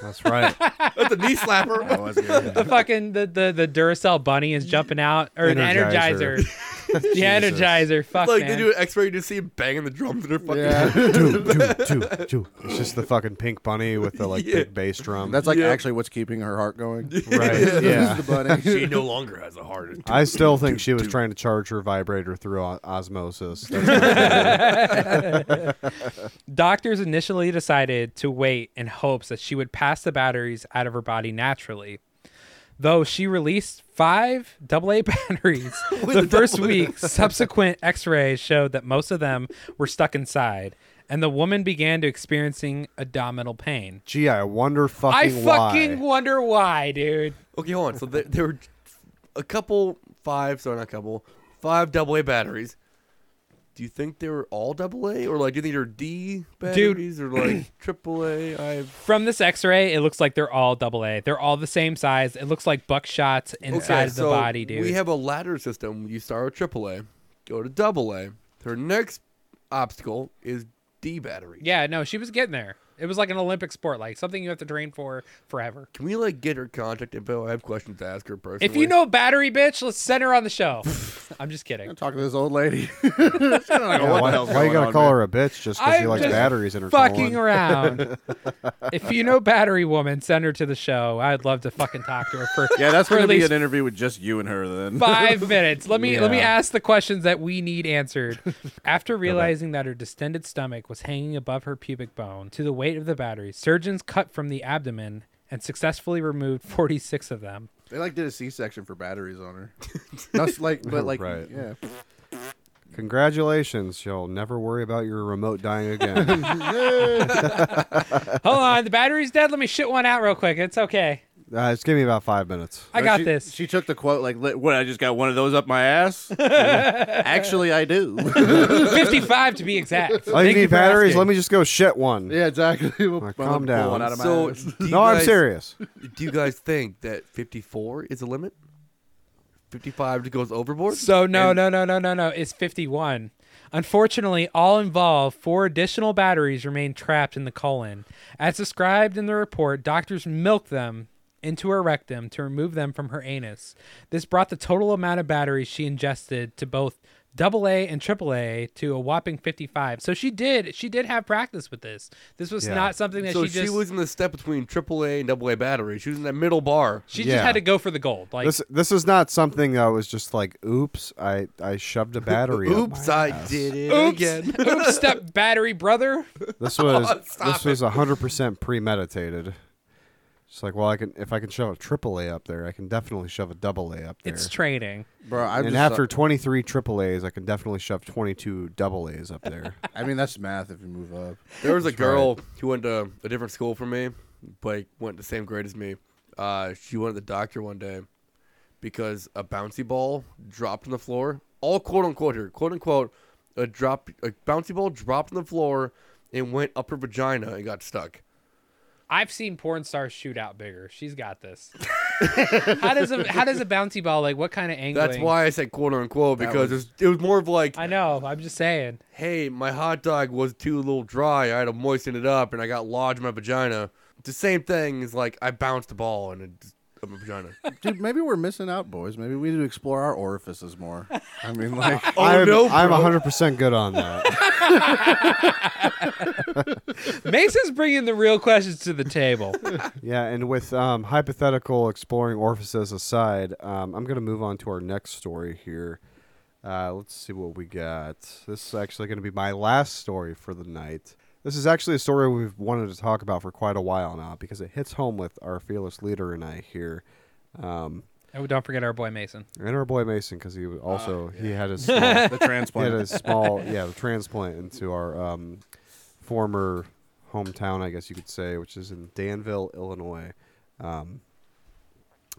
Speaker 3: That's right.
Speaker 2: That's a knee slapper.
Speaker 1: the fucking the, the the Duracell bunny is jumping out or an
Speaker 2: Energizer.
Speaker 1: energizer. the energizer. Fuck
Speaker 2: It's like
Speaker 1: man.
Speaker 2: they do an X-ray, you just see him banging the drums in her fucking.
Speaker 3: Choo, choo, choo, choo. It's just the fucking pink bunny with the like
Speaker 2: Yeah.
Speaker 3: big bass drum.
Speaker 11: That's like actually what's keeping her heart going.
Speaker 3: Right, yeah.
Speaker 11: The bunny.
Speaker 2: she no longer has a heart.
Speaker 3: I still think she was trying to charge her vibrator through o- osmosis. That's
Speaker 1: Doctors initially decided to wait in hopes that she would pass the batteries out of her body naturally. Though she released five AA batteries the first week, subsequent x rays showed that most of them were stuck inside, and the woman began to experiencing abdominal pain.
Speaker 3: Gee, I wonder fucking
Speaker 1: I
Speaker 3: why.
Speaker 1: fucking wonder why, dude.
Speaker 2: Okay, hold on. So there, there were a couple five, sorry, not a couple, five double A batteries. Do you think they were all double A, or like do you think they're D batteries, or like triple A? I've
Speaker 1: From this X-ray, it looks like they're all double A. They're all the same size. It looks like buckshots inside
Speaker 2: Okay,
Speaker 1: of the
Speaker 2: so
Speaker 1: body, dude.
Speaker 2: We have a ladder system. You start with triple A, go to double A. Her next obstacle is D battery.
Speaker 1: yeah, no, she was getting there. It was like an Olympic sport, like something you have to train for forever.
Speaker 2: Can we like get her contact info? I have questions to ask her personally.
Speaker 1: If you know battery bitch, let's send her on the show. I'm just kidding.
Speaker 11: I'm talking to this old lady.
Speaker 3: Yeah, why why you gotta call her a bitch just because
Speaker 1: I'm
Speaker 3: you like
Speaker 1: just
Speaker 3: batteries in her
Speaker 1: Fucking
Speaker 3: colon?
Speaker 1: around. if you know Battery Woman, send her to the show. I'd love to fucking talk to her for
Speaker 15: Yeah, that's
Speaker 1: for
Speaker 15: going to
Speaker 1: at
Speaker 15: be
Speaker 1: least
Speaker 15: an interview with just you and her then.
Speaker 1: five minutes. Let me let me
Speaker 15: Yeah.
Speaker 1: ask the questions that we need answered. After realizing that her distended stomach was hanging above her pubic bone to the weight of the battery, surgeons cut from the abdomen and successfully removed 46 of them.
Speaker 11: They like did a C-section for batteries on her. No, it's like, but like,
Speaker 3: Right.
Speaker 11: yeah.
Speaker 3: Congratulations, you'll never worry about your remote dying again.
Speaker 1: Hold on, the battery's dead. Let me shit one out real quick. It's okay.
Speaker 3: Uh, just give me about five minutes.
Speaker 1: I got this.
Speaker 11: She took the quote like,
Speaker 15: Li- What, I just got one of those up my ass? Actually, I do.
Speaker 1: 55 to be exact.
Speaker 3: I
Speaker 1: Thank
Speaker 3: Oh, need
Speaker 1: you for
Speaker 3: batteries.
Speaker 1: asking.
Speaker 3: Let me just go shit one.
Speaker 11: Yeah, exactly. We'll,
Speaker 3: calm down.
Speaker 2: so, do you
Speaker 3: no, I'm
Speaker 2: guys-
Speaker 3: serious.
Speaker 2: Do you guys think that 54 is the limit? 55 goes overboard?
Speaker 1: So no,
Speaker 2: And-
Speaker 1: no, no, no, no, no. It's 51. Unfortunately, all involved, four additional batteries remain trapped in the colon. As described in the report, doctors milked them into her rectum to remove them from her anus. This brought the total amount of batteries she ingested to both double A and triple A to a whopping 55. So she did she did have practice with this. This was not something that
Speaker 2: so
Speaker 1: she just
Speaker 2: was in the step between AAA and AA battery. She was in that middle bar.
Speaker 1: she
Speaker 3: Yeah.
Speaker 1: just had to go for the gold. Like
Speaker 3: this this is not something that was just like, oops, I, I shoved a battery. up
Speaker 2: Oops,
Speaker 3: my
Speaker 2: I
Speaker 3: ass."
Speaker 2: did it
Speaker 1: oops,
Speaker 2: again.
Speaker 1: oops step battery brother.
Speaker 3: This was
Speaker 1: Stop
Speaker 3: this
Speaker 1: it.
Speaker 3: was hundred percent premeditated. Just like, well, I can if I can shove a triple A up there, I can definitely shove a double A up there.
Speaker 1: It's training.
Speaker 11: Bro, I'm
Speaker 3: and
Speaker 11: just-
Speaker 3: after 23 triple A's, I can definitely shove 22 double A's up there.
Speaker 11: I mean, that's math if you move up.
Speaker 2: There was a
Speaker 3: That's right.
Speaker 2: girl who went to a different school from me, but went to the same grade as me. Uh, she went to the doctor one day because a bouncy ball dropped on the floor. All quote unquote here, quote unquote, a drop, a bouncy ball dropped on the floor and went up her vagina and got stuck.
Speaker 1: I've seen porn stars shoot out bigger. She's got this. how does a how does a bouncy ball like what kind of angle?
Speaker 2: That's why I said quote unquote
Speaker 1: That
Speaker 2: because
Speaker 1: was-
Speaker 2: it, was, it was more of like
Speaker 1: I know. I'm just saying.
Speaker 2: Hey, my hot dog was too little dry. I had to moisten it up, and I got lodged in my vagina. It's the same thing as like I bounced the ball and it just, up my vagina.
Speaker 11: Dude, maybe we're missing out, boys. Maybe we need to explore our orifices more. I mean, like,
Speaker 3: I'm, I'm 100% good on that.
Speaker 1: Mason's bringing the real questions to the table.
Speaker 3: yeah, and with um, hypothetical exploring orifices aside, um, I'm going to move on to our next story here. Uh, let's see what we got. This is actually going to be my last story for the night. This is actually a story we've wanted to talk about for quite a while now because it hits home with our fearless leader and I here. Um,
Speaker 1: oh, don't forget our boy Mason.
Speaker 3: And our boy Mason, because he was also he had a small,
Speaker 1: The
Speaker 3: He
Speaker 1: transplant.
Speaker 3: had a small, yeah, the transplant into our um, former hometown, I guess you could say, which is in Danville, Illinois. Um,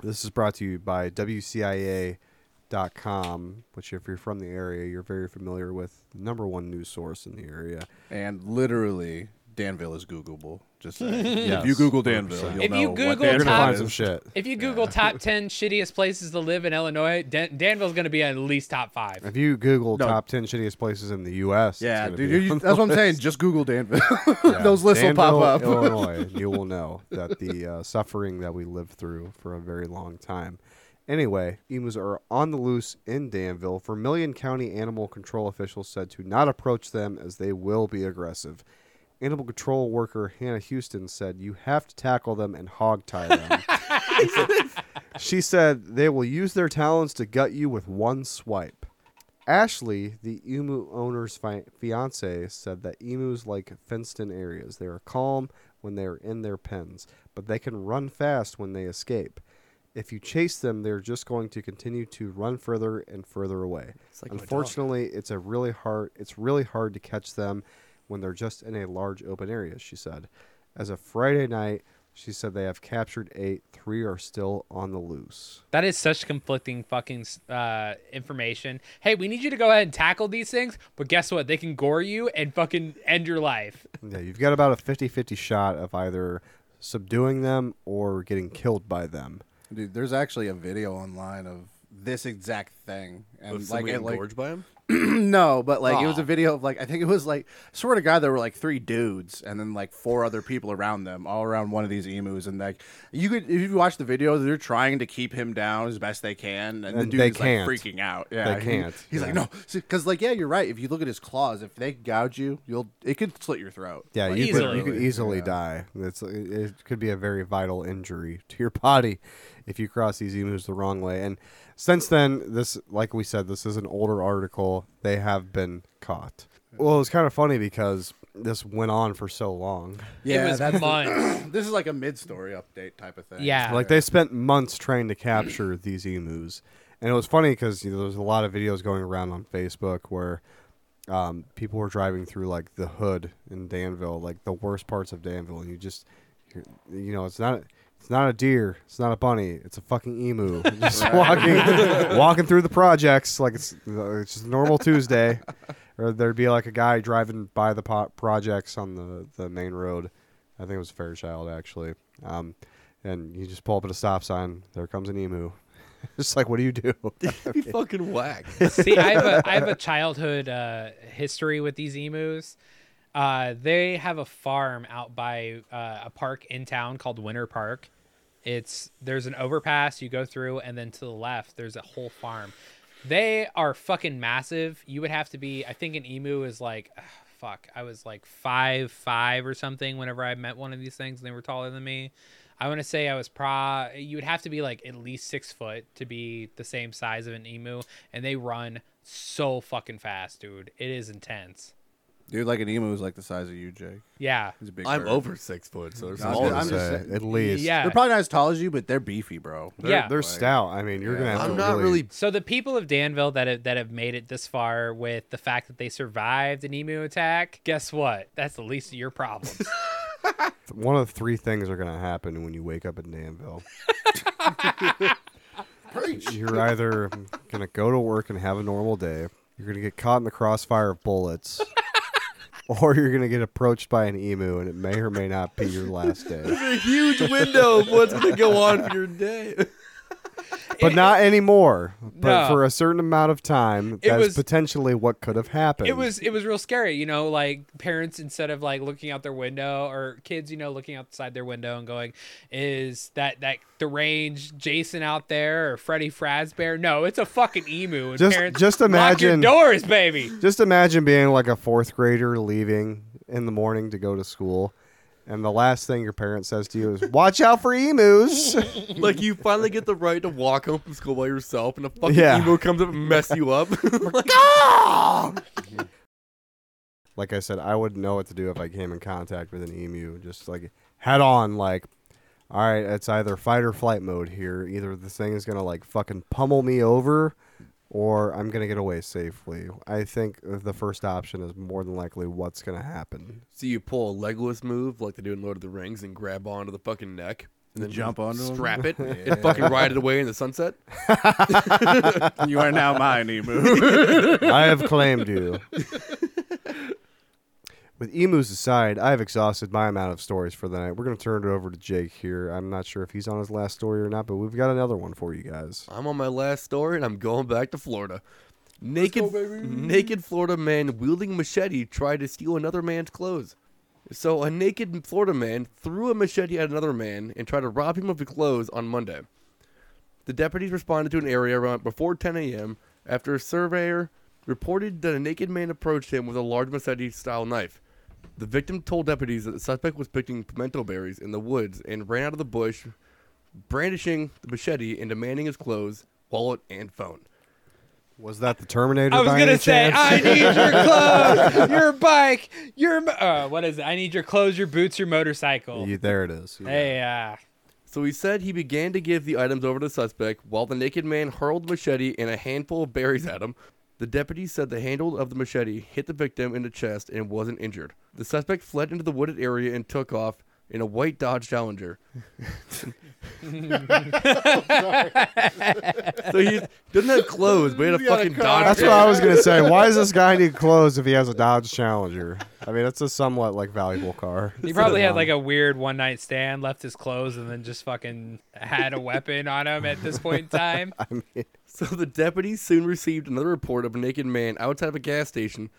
Speaker 3: this is brought to you by WCIA.com, which, if you're from the area, you're very familiar with. Number one news source in the area.
Speaker 11: and literally, Danville is Googleable. Just saying.
Speaker 3: Yes,
Speaker 11: if you Google Danville,
Speaker 3: 100%.
Speaker 11: you'll
Speaker 1: If
Speaker 11: know
Speaker 1: you
Speaker 11: what
Speaker 1: Google
Speaker 11: Danville
Speaker 1: You're gonna
Speaker 3: find
Speaker 11: is.
Speaker 3: some shit.
Speaker 1: If you Google top ten shittiest places to live in Illinois, Dan- Danville's going to be at least top five.
Speaker 3: If you Google top ten shittiest places in the U.S., it's
Speaker 11: Yeah,
Speaker 3: gonna
Speaker 11: dude,
Speaker 3: be
Speaker 11: you-
Speaker 3: on the
Speaker 11: that's what I'm
Speaker 3: list.
Speaker 11: saying. Just Google Danville. Those lists will pop up.
Speaker 3: Danville, oh. Illinois, and you will know that the uh, suffering that we lived through for a very long time. Anyway, emus are on the loose in Danville. Vermilion County animal control officials said to not approach them as they will be aggressive. Animal control worker Hannah Houston said, You have to tackle them and hog tie them. she said, They will use their talons to gut you with one swipe. Ashley, the emu owner's fi- fiance, said that emus like fenced-in areas. They are calm when they are in their pens, but they can run fast when they escape. If you chase them, they're just going to continue to run further and further away.
Speaker 2: like my dog.
Speaker 3: Unfortunately, it's a really hard it's really hard to catch them when they're just in a large open area, she said. As of Friday night, she said they have captured 8, 3 are still on the loose.
Speaker 1: That is such conflicting fucking uh, information. Hey, we need you to go ahead and tackle these things, but guess what? They can gore you and fucking end your life.
Speaker 3: Yeah, you've got about a 50 50 shot of either subduing them or getting killed by them.
Speaker 11: Dude, there's actually a video online of this exact thing, and
Speaker 2: Of
Speaker 11: like it
Speaker 2: somebody getting
Speaker 11: like
Speaker 2: gorged by 'em?
Speaker 11: no, but like it was a video of like I think it was like swear to God there were like three dudes and then like four other people around them all around one of these emus and like you could if you watch the video they're trying to keep him down as best they can and, the
Speaker 3: And
Speaker 11: dude
Speaker 3: they
Speaker 11: is
Speaker 3: can't.
Speaker 11: like freaking out.
Speaker 3: They
Speaker 11: Yeah, he-
Speaker 3: can't,
Speaker 11: he's like no
Speaker 3: yeah.
Speaker 11: because like yeah you're right if you look at his claws if they gouge you you'll it could slit your throat.
Speaker 3: Yeah,
Speaker 11: Like,
Speaker 3: you could, you could
Speaker 11: literally.
Speaker 3: easily die. It's it it could be a very vital injury to your body if you cross these emus the wrong way. And since then, this like we said, this is an older article. They have been caught. Well, it's kind of funny because this went on for so long.
Speaker 11: Yeah, that's
Speaker 1: months.
Speaker 11: this is like a mid story update type of thing.
Speaker 3: Like they spent months trying to capture these emus. And it was funny because you know, there was a lot of videos going around on Facebook where um, people were driving through like the hood in Danville, like the worst parts of Danville, and you just, you're, you know, it's not. It's not a deer. It's not a bunny. It's a fucking emu. Just
Speaker 15: Right.
Speaker 3: walking, walking through the projects like it's uh, it's just a normal Tuesday. Or there'd be like a guy driving by the po- projects on the the main road. I think it was Fairchild actually. Um, and you just pull up at a stop sign. There comes an emu. Just like, what do you do?
Speaker 2: be fucking whack.
Speaker 1: See, I have a, I have a childhood uh, history with these emus. Uh, they have a farm out by uh, a park in town called Winter Park. It's there's an overpass you go through, and then to the left there's a whole farm. They are fucking massive. You would have to be. I think an emu is like, ugh, fuck. I was like five five or something whenever I met one of these things, and they were taller than me. I want to say I was pro. You would have to be like at least six foot to be the same size of an emu, and they run so fucking fast, dude. It is intense.
Speaker 11: Dude, like an emu is like the size of you, Jake.
Speaker 1: Yeah.
Speaker 11: He's a big
Speaker 2: I'm
Speaker 11: bird.
Speaker 2: over six foot, so there's
Speaker 11: I was
Speaker 2: all
Speaker 11: gonna-
Speaker 2: this
Speaker 11: just
Speaker 2: say,
Speaker 11: saying.
Speaker 3: at least.
Speaker 1: Yeah.
Speaker 11: They're probably not as tall as you, but they're beefy, bro.
Speaker 3: They're-
Speaker 1: Yeah.
Speaker 3: they're stout. I mean, you're gonna have to
Speaker 1: So the people of Danville that have, that have made it this far with the fact that they survived an emu attack, guess what? That's the least of your problems.
Speaker 3: one of three things are going to happen when you wake up in Danville. You're either going to go to work and have a normal day, you're going to get caught in the crossfire of bullets, or you're going to get approached by an emu, and it may or may not be your last day.
Speaker 2: There's a huge window of what's going to go on for your day.
Speaker 3: But not anymore. But
Speaker 1: No.
Speaker 3: for a certain amount of time,
Speaker 1: It
Speaker 3: that's
Speaker 1: was-
Speaker 3: potentially what could have happened.
Speaker 1: It was it was real scary, you know, like parents instead of like looking out their window or kids, you know, looking outside their window and going, is that that deranged Jason out there or Freddy Frazbear? No, it's a fucking emu. And
Speaker 3: Just-
Speaker 1: parents
Speaker 3: just imagine-
Speaker 1: lock your doors, baby.
Speaker 3: Just imagine being like a fourth grader leaving in the morning to go to school, and the last thing your parent says to you is, "Watch out for emus."
Speaker 2: like you finally get the right to walk home from school by yourself, and a fucking
Speaker 3: Yeah.
Speaker 2: emo comes up and mess you up. Like,
Speaker 3: "Ah!" like I said, I wouldn't know what to do if I came in contact with an emu. Just like head on, like, all right, it's either fight or flight mode here. Either the thing is gonna like fucking pummel me over, or I'm gonna get away safely. I think the first option is more than likely what's gonna happen.
Speaker 2: so you pull a legless move like they do in Lord of the Rings and grab onto the fucking neck. And then
Speaker 11: Jump
Speaker 2: just
Speaker 11: onto 'em?
Speaker 2: strap it,
Speaker 11: Yeah.
Speaker 2: and fucking ride it away in the sunset.
Speaker 11: You are now mine, emu.
Speaker 3: I have claimed you. With emus aside, I have exhausted my amount of stories for the night. We're going to turn it over to Jake here. I'm not sure if he's on his last story or not, but we've got another one for you guys.
Speaker 2: I'm on my last story, and I'm going back to Florida. Naked, naked Florida man wielding machete tried to steal another man's clothes. So a naked Florida man threw a machete at another man and tried to rob him of his clothes on Monday. The deputies responded to an area around before 10 a.m. after a surveyor reported that a naked man approached him with a large machete-style knife. The victim told deputies that the suspect was picking pimento berries in the woods and ran out of the bush, brandishing the machete and demanding his clothes, wallet, and phone.
Speaker 3: Was that the Terminator?
Speaker 1: I was
Speaker 3: by
Speaker 1: gonna
Speaker 3: any
Speaker 1: say,
Speaker 3: chance?
Speaker 1: I need your clothes, your bike, your mo- uh, what is it? I need your clothes, your boots, your motorcycle.
Speaker 3: You- there it is. Yeah.
Speaker 1: Hey, uh,
Speaker 2: So he said he began to give the items over to the suspect while the naked man hurled machete and a handful of berries at him. The deputy said the handle of the machete hit the victim in the chest and wasn't injured. The suspect fled into the wooded area and took off, in a white Dodge Challenger. so he doesn't have clothes, but he had a
Speaker 11: He had a
Speaker 2: fucking
Speaker 11: car.
Speaker 2: Dodge.
Speaker 3: That's what I was gonna say. Why does this guy need clothes if he has a Dodge Challenger? I mean, that's a somewhat like valuable car.
Speaker 1: He probably had like a weird one night stand, left his clothes, and then just fucking had a weapon on him at this point in time.
Speaker 2: So the deputies soon received another report of a naked man outside of a gas station,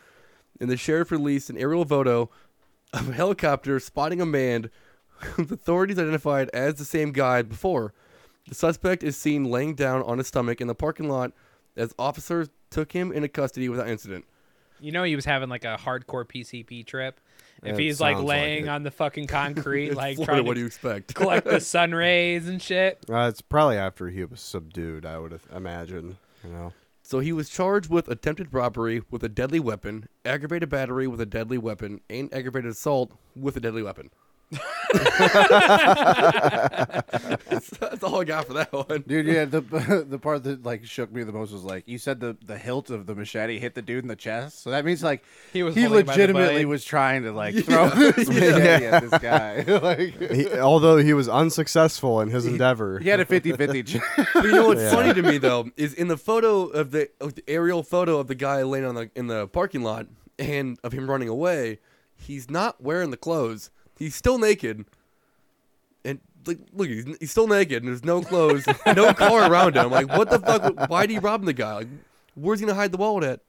Speaker 2: and the sheriff released an aerial photo of a helicopter spotting a man whom the authorities identified as the same guy before. The suspect is seen laying down on his stomach in the parking lot as officers took him into custody without incident.
Speaker 1: You know, he was having like a hardcore PCP trip. If
Speaker 2: It
Speaker 1: he's like
Speaker 2: sounds like
Speaker 1: laying
Speaker 2: it.
Speaker 1: on the fucking concrete,
Speaker 2: It's
Speaker 1: like
Speaker 2: Florida,
Speaker 1: trying to
Speaker 2: what do you expect?
Speaker 1: collect the sun rays and shit.
Speaker 3: Uh, it's probably after he was subdued. I would imagine. You know.
Speaker 2: So he was charged with attempted robbery with a deadly weapon, aggravated battery with a deadly weapon, and aggravated assault with a deadly weapon. that's, that's all I got for that one.
Speaker 11: Dude, yeah, the the part that like shook me the most was like you said the the hilt of the machete hit the dude in the chest, so that means like
Speaker 1: he was
Speaker 11: he
Speaker 1: holding by the
Speaker 11: legitimately
Speaker 1: blade.
Speaker 11: was trying to like throw this machete at this guy. like
Speaker 3: He- although he was unsuccessful in his endeavor.
Speaker 11: he had a 50-50 chance.
Speaker 2: But you know what's
Speaker 3: Yeah.
Speaker 2: funny to me though is in the photo of the, of the aerial photo of the guy laying on the in the parking lot and of him running away, he's not wearing the clothes. He's still naked, and like look, he's, he's still naked, and there's no clothes, no car around him. Like, what the fuck? Why would he rob the guy? Like, where's he gonna hide the wallet at?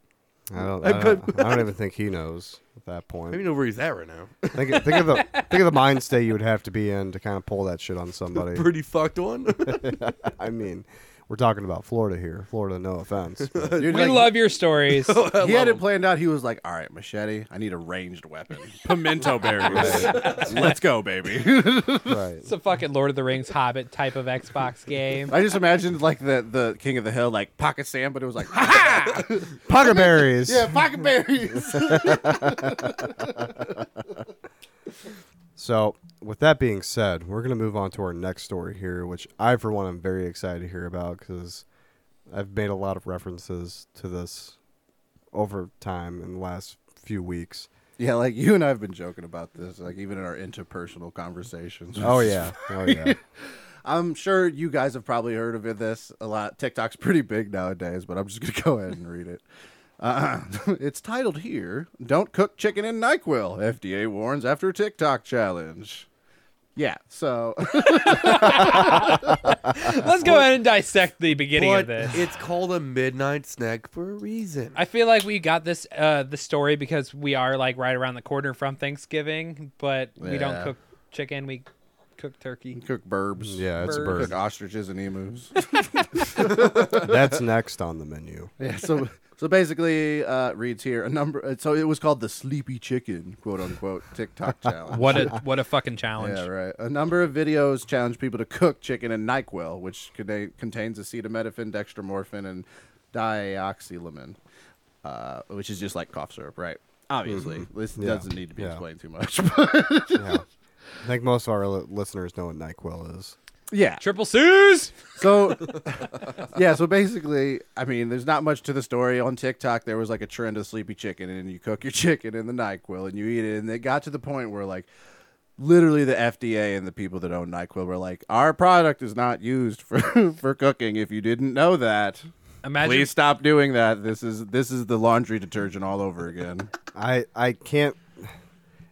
Speaker 3: I don't.
Speaker 2: I
Speaker 3: I don't,
Speaker 2: could-
Speaker 3: I don't even think he knows at that point.
Speaker 2: Maybe know where he's at right now.
Speaker 3: Think, think of the think of the mind state you would have to be in to kind of pull that shit on somebody.
Speaker 2: Pretty fucked one.
Speaker 3: I mean, we're talking about Florida here. Florida, no offense. but-
Speaker 11: Dude,
Speaker 1: we
Speaker 11: like-
Speaker 1: love your stories.
Speaker 11: he had it planned out. He was like, "All right, machete. I need a ranged weapon.
Speaker 15: Pimento berries.
Speaker 11: Let's go, baby."
Speaker 3: right.
Speaker 1: It's a fucking Lord of the Rings Hobbit type of Xbox game.
Speaker 11: I just imagined like the the King of the Hill, like Pocket Sam, but it was like,
Speaker 3: Pocket berries.
Speaker 11: yeah, pocket berries.
Speaker 3: So, with that being said, we're going to move on to our next story here, which I, for one, am very excited to hear about because I've made a lot of references to this over time in the last few weeks.
Speaker 11: yeah, like you and I have been joking about this, like even in our interpersonal conversations.
Speaker 3: Oh, yeah. Oh, yeah.
Speaker 11: I'm sure you guys have probably heard of it, this a lot. TikTok's pretty big nowadays, but I'm just gonna go ahead and read it. Uh, it's titled here: "Don't cook chicken in Nyquil." FDA warns after TikTok challenge. Yeah, so
Speaker 1: Let's go ahead and dissect the beginning
Speaker 2: but
Speaker 1: of this.
Speaker 2: it's called a midnight snack for a reason.
Speaker 1: I feel like we got this uh the story because we are like right around the corner from Thanksgiving, but we
Speaker 11: Yeah.
Speaker 1: don't cook chicken, we cook turkey.
Speaker 11: cook burbs.
Speaker 3: Yeah, it's a
Speaker 1: Bird.
Speaker 11: Cook ostriches and emus.
Speaker 3: That's next on the menu.
Speaker 11: Yeah. So so basically, uh, reads here a number. uh, So it was called the Sleepy Chicken, quote unquote, TikTok challenge.
Speaker 1: What a what a fucking challenge.
Speaker 11: Yeah, right. A number of videos challenge people to cook chicken in NyQuil, which contain, contains acetaminophen, dextromorphin, and dioxylamine, uh, which is just like cough syrup, right? Obviously, this
Speaker 3: Mm-hmm. Yeah.
Speaker 11: doesn't need to be
Speaker 3: Yeah.
Speaker 11: explained too much.
Speaker 3: Yeah. I think most of our li- listeners know what NyQuil is.
Speaker 11: yeah.
Speaker 1: Triple Sues.
Speaker 11: So, yeah. So basically, I mean, there's not much to the story on TikTok. There was like a trend of sleepy chicken, and you cook your chicken in the Nyquil, and you eat it, and it got to the point where like. Literally, the FDA and the people that own Nyquil were like, "Our product is not used for for cooking. If you didn't know that,
Speaker 1: Imagine
Speaker 11: please stop doing that. This is this is the laundry detergent all over again."
Speaker 3: I I can't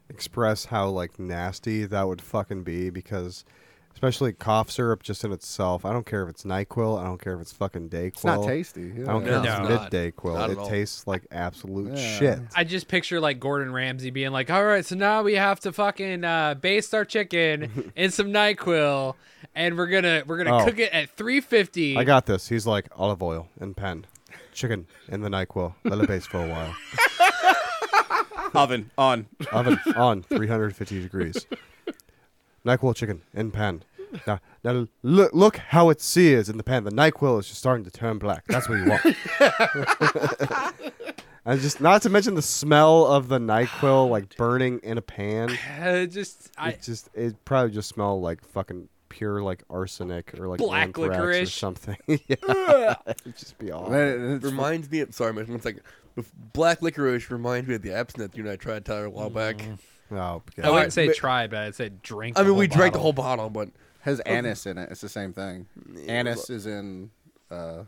Speaker 3: express how like nasty that would fucking be because especially cough syrup just in itself. I don't care if it's Nyquil. I don't care if it's fucking Dayquil.
Speaker 11: It's not tasty.
Speaker 3: I don't
Speaker 11: Yeah.
Speaker 3: care
Speaker 1: No,
Speaker 3: if
Speaker 1: it's
Speaker 3: it's
Speaker 2: not.
Speaker 3: midday quill.
Speaker 2: Not at
Speaker 3: It
Speaker 2: all.
Speaker 3: tastes like absolute
Speaker 11: Yeah.
Speaker 3: shit.
Speaker 1: I just picture like Gordon Ramsay being like, "All right, so now we have to fucking uh, baste our chicken in some Nyquil, and we're gonna we're gonna
Speaker 3: Oh.
Speaker 1: cook it at 350."
Speaker 3: I got this. He's like olive oil and pen, chicken and the Nyquil. Let it base for a while.
Speaker 11: Oven on.
Speaker 3: Oven on 350 degrees. Nyquil chicken in pan. Now, now look, look how it sears in the pan. The Nyquil is just starting to turn black. That's what you want. and just not to mention the smell of the Nyquil like burning in a pan.
Speaker 1: Uh, just Oh, I
Speaker 3: it just it probably just smell like fucking pure like arsenic or like
Speaker 1: Black
Speaker 3: anthrax or
Speaker 1: licorice.
Speaker 3: something. yeah, it'd just be awful.
Speaker 2: reminds
Speaker 3: Mm.
Speaker 2: me of sorry, man, one second. Black licorice reminds me of the absinthe you and I tried to tell her a while back.
Speaker 11: Oh,
Speaker 1: I wouldn't say try, but I'd say drink.
Speaker 11: I
Speaker 1: the
Speaker 11: mean,
Speaker 1: whole
Speaker 11: we drank the
Speaker 1: bottle.
Speaker 11: whole bottle, but has
Speaker 1: Okay.
Speaker 11: anise in it. It's the same thing. Anise is in uh,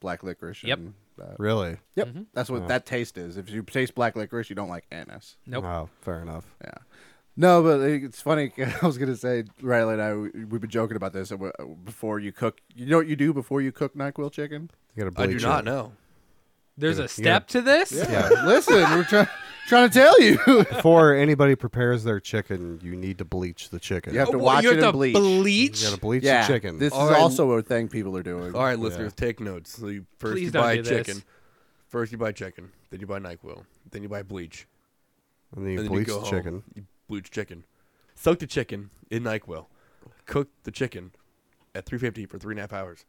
Speaker 11: black licorice.
Speaker 1: Yep.
Speaker 11: and, uh,
Speaker 3: Really?
Speaker 11: Yep. That's what
Speaker 3: Oh.
Speaker 11: that taste is. If you taste black licorice, you don't like anise.
Speaker 1: Nope.
Speaker 3: Oh, fair enough.
Speaker 11: Yeah. No, but it's funny. I was gonna say Riley and I we- we've been joking about this. uh, Before you cook, you know what you do before you cook Nyquil chicken?
Speaker 3: You gotta I do bleach not it. know.
Speaker 1: There's
Speaker 3: Yeah.
Speaker 1: a step to this.
Speaker 11: Yeah. Listen, we're trying trying to tell you.
Speaker 3: Before anybody prepares their chicken, you need to bleach the chicken.
Speaker 11: You have to watch it and bleach.
Speaker 3: You gotta bleach
Speaker 11: yeah,
Speaker 3: the chicken.
Speaker 11: This is also a thing people are doing.
Speaker 2: All right, listeners, take notes. So you, first
Speaker 1: Please
Speaker 2: you
Speaker 1: don't
Speaker 2: buy
Speaker 1: do this.
Speaker 2: chicken. First you buy chicken. Then you buy NyQuil. Then you buy bleach.
Speaker 3: And then you bleach the chicken.
Speaker 2: You bleach chicken. Soak the chicken in NyQuil. Cook the chicken at 350 for three and a half hours.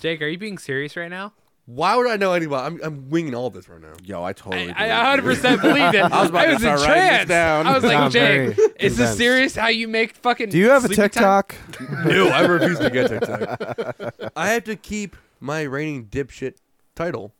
Speaker 1: Jake, are you being serious right now?
Speaker 2: Why would I know anybody? I'm, I'm winging all this right now.
Speaker 11: Yo, I totally.
Speaker 1: I 100 percent believed it.
Speaker 2: I was about to
Speaker 1: in
Speaker 2: start writing this
Speaker 1: trance.
Speaker 2: down.
Speaker 1: I was like,
Speaker 2: I'm very
Speaker 1: Jake, is this
Speaker 2: convinced.
Speaker 1: serious? How you make fucking?
Speaker 3: Do you have a
Speaker 1: sleeping time?
Speaker 3: TikTok?
Speaker 2: no, I refuse to get TikTok. I have to keep my reigning dipshit title.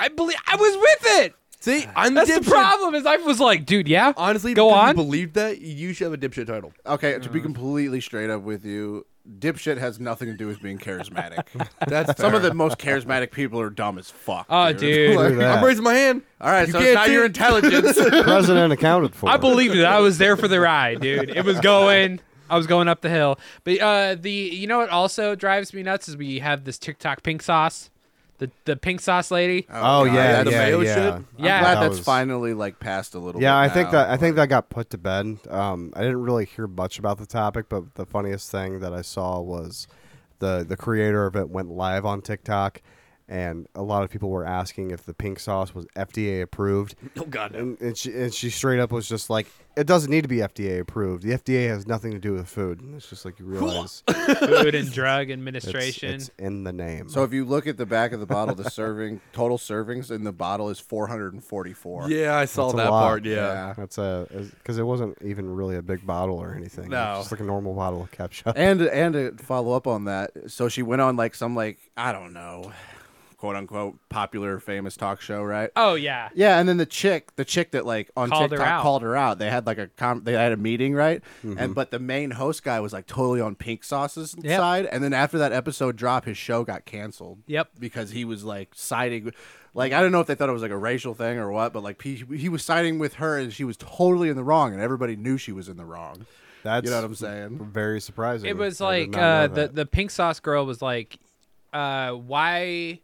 Speaker 1: I believe I was with it.
Speaker 2: See, I'm
Speaker 1: That's
Speaker 2: dipshit.
Speaker 1: the problem. Is I was like, dude, yeah.
Speaker 2: Honestly,
Speaker 1: go
Speaker 2: if you
Speaker 1: on.
Speaker 2: believe that you should have a dipshit title.
Speaker 11: Okay, to be completely straight up with you, dipshit has nothing to do with being charismatic.
Speaker 2: That's
Speaker 11: some of
Speaker 2: fair.
Speaker 11: the most charismatic people are dumb as fuck.
Speaker 1: Oh, dude.
Speaker 11: Like-
Speaker 3: Look at that.
Speaker 2: I'm raising my hand.
Speaker 11: All right,
Speaker 2: You
Speaker 11: so
Speaker 2: can't
Speaker 11: it's not
Speaker 2: see
Speaker 11: your
Speaker 2: it.
Speaker 11: intelligence.
Speaker 3: President accounted for.
Speaker 1: I believed it. I was there for the ride, dude. It was going. I was going up the hill. But uh, the you know what also drives me nuts is we have this TikTok pink sauce, the the pink sauce lady.
Speaker 3: Oh, yeah,
Speaker 11: the
Speaker 3: yeah,
Speaker 11: mayo
Speaker 3: yeah.
Speaker 11: shit.
Speaker 3: I'm
Speaker 1: Yeah.
Speaker 11: I'm glad
Speaker 1: That
Speaker 11: that's
Speaker 3: was-
Speaker 11: finally like passed a little.
Speaker 3: Yeah,
Speaker 11: bit
Speaker 3: I think
Speaker 11: now.
Speaker 3: that I think that got put to bed. Um, I didn't really hear much about the topic, but the funniest thing that I saw was the the creator of it went live on TikTok, and a lot of people were asking if the pink sauce was FDA approved.
Speaker 2: Oh god, no.
Speaker 3: And, and she and she straight up was just like, "It doesn't need to be FDA approved. The FDA has nothing to do with food." And it's just like you realize it's-
Speaker 1: Food and Drug Administration.
Speaker 3: it's, in the name.
Speaker 11: So if you look at the back of the bottle, the serving total servings in the bottle is 444.
Speaker 2: Yeah, I saw
Speaker 3: That's a
Speaker 2: that
Speaker 3: lot.
Speaker 2: part. Yeah.
Speaker 3: that's a because it wasn't even really a big bottle or anything. It was
Speaker 11: No.
Speaker 3: just like a normal bottle of ketchup.
Speaker 11: And and to follow up on that, so she went on like some like I don't know, quote unquote popular famous talk show, right?
Speaker 1: Oh yeah.
Speaker 11: Yeah, and then the chick, the chick that like on
Speaker 1: Called her
Speaker 11: TikTok
Speaker 1: out.
Speaker 11: called her out. They had like a com- they had a meeting, right?
Speaker 3: Mhm.
Speaker 2: Mm-hmm.
Speaker 11: And but the main host guy was like totally on Pink Sauce's
Speaker 1: Yep.
Speaker 11: side. And then after that episode drop, his show got canceled.
Speaker 1: Yep.
Speaker 11: because he was like siding, like I don't know if they thought it was like a racial thing or what, but like he, he was siding with her, and she was totally in the wrong, and everybody knew she was in the wrong.
Speaker 3: That's
Speaker 11: you know what I'm saying?
Speaker 3: Very surprising.
Speaker 1: It was
Speaker 3: I did
Speaker 1: like
Speaker 3: not know
Speaker 1: uh, the
Speaker 3: that.
Speaker 1: the pink sauce girl was like, uh, "Why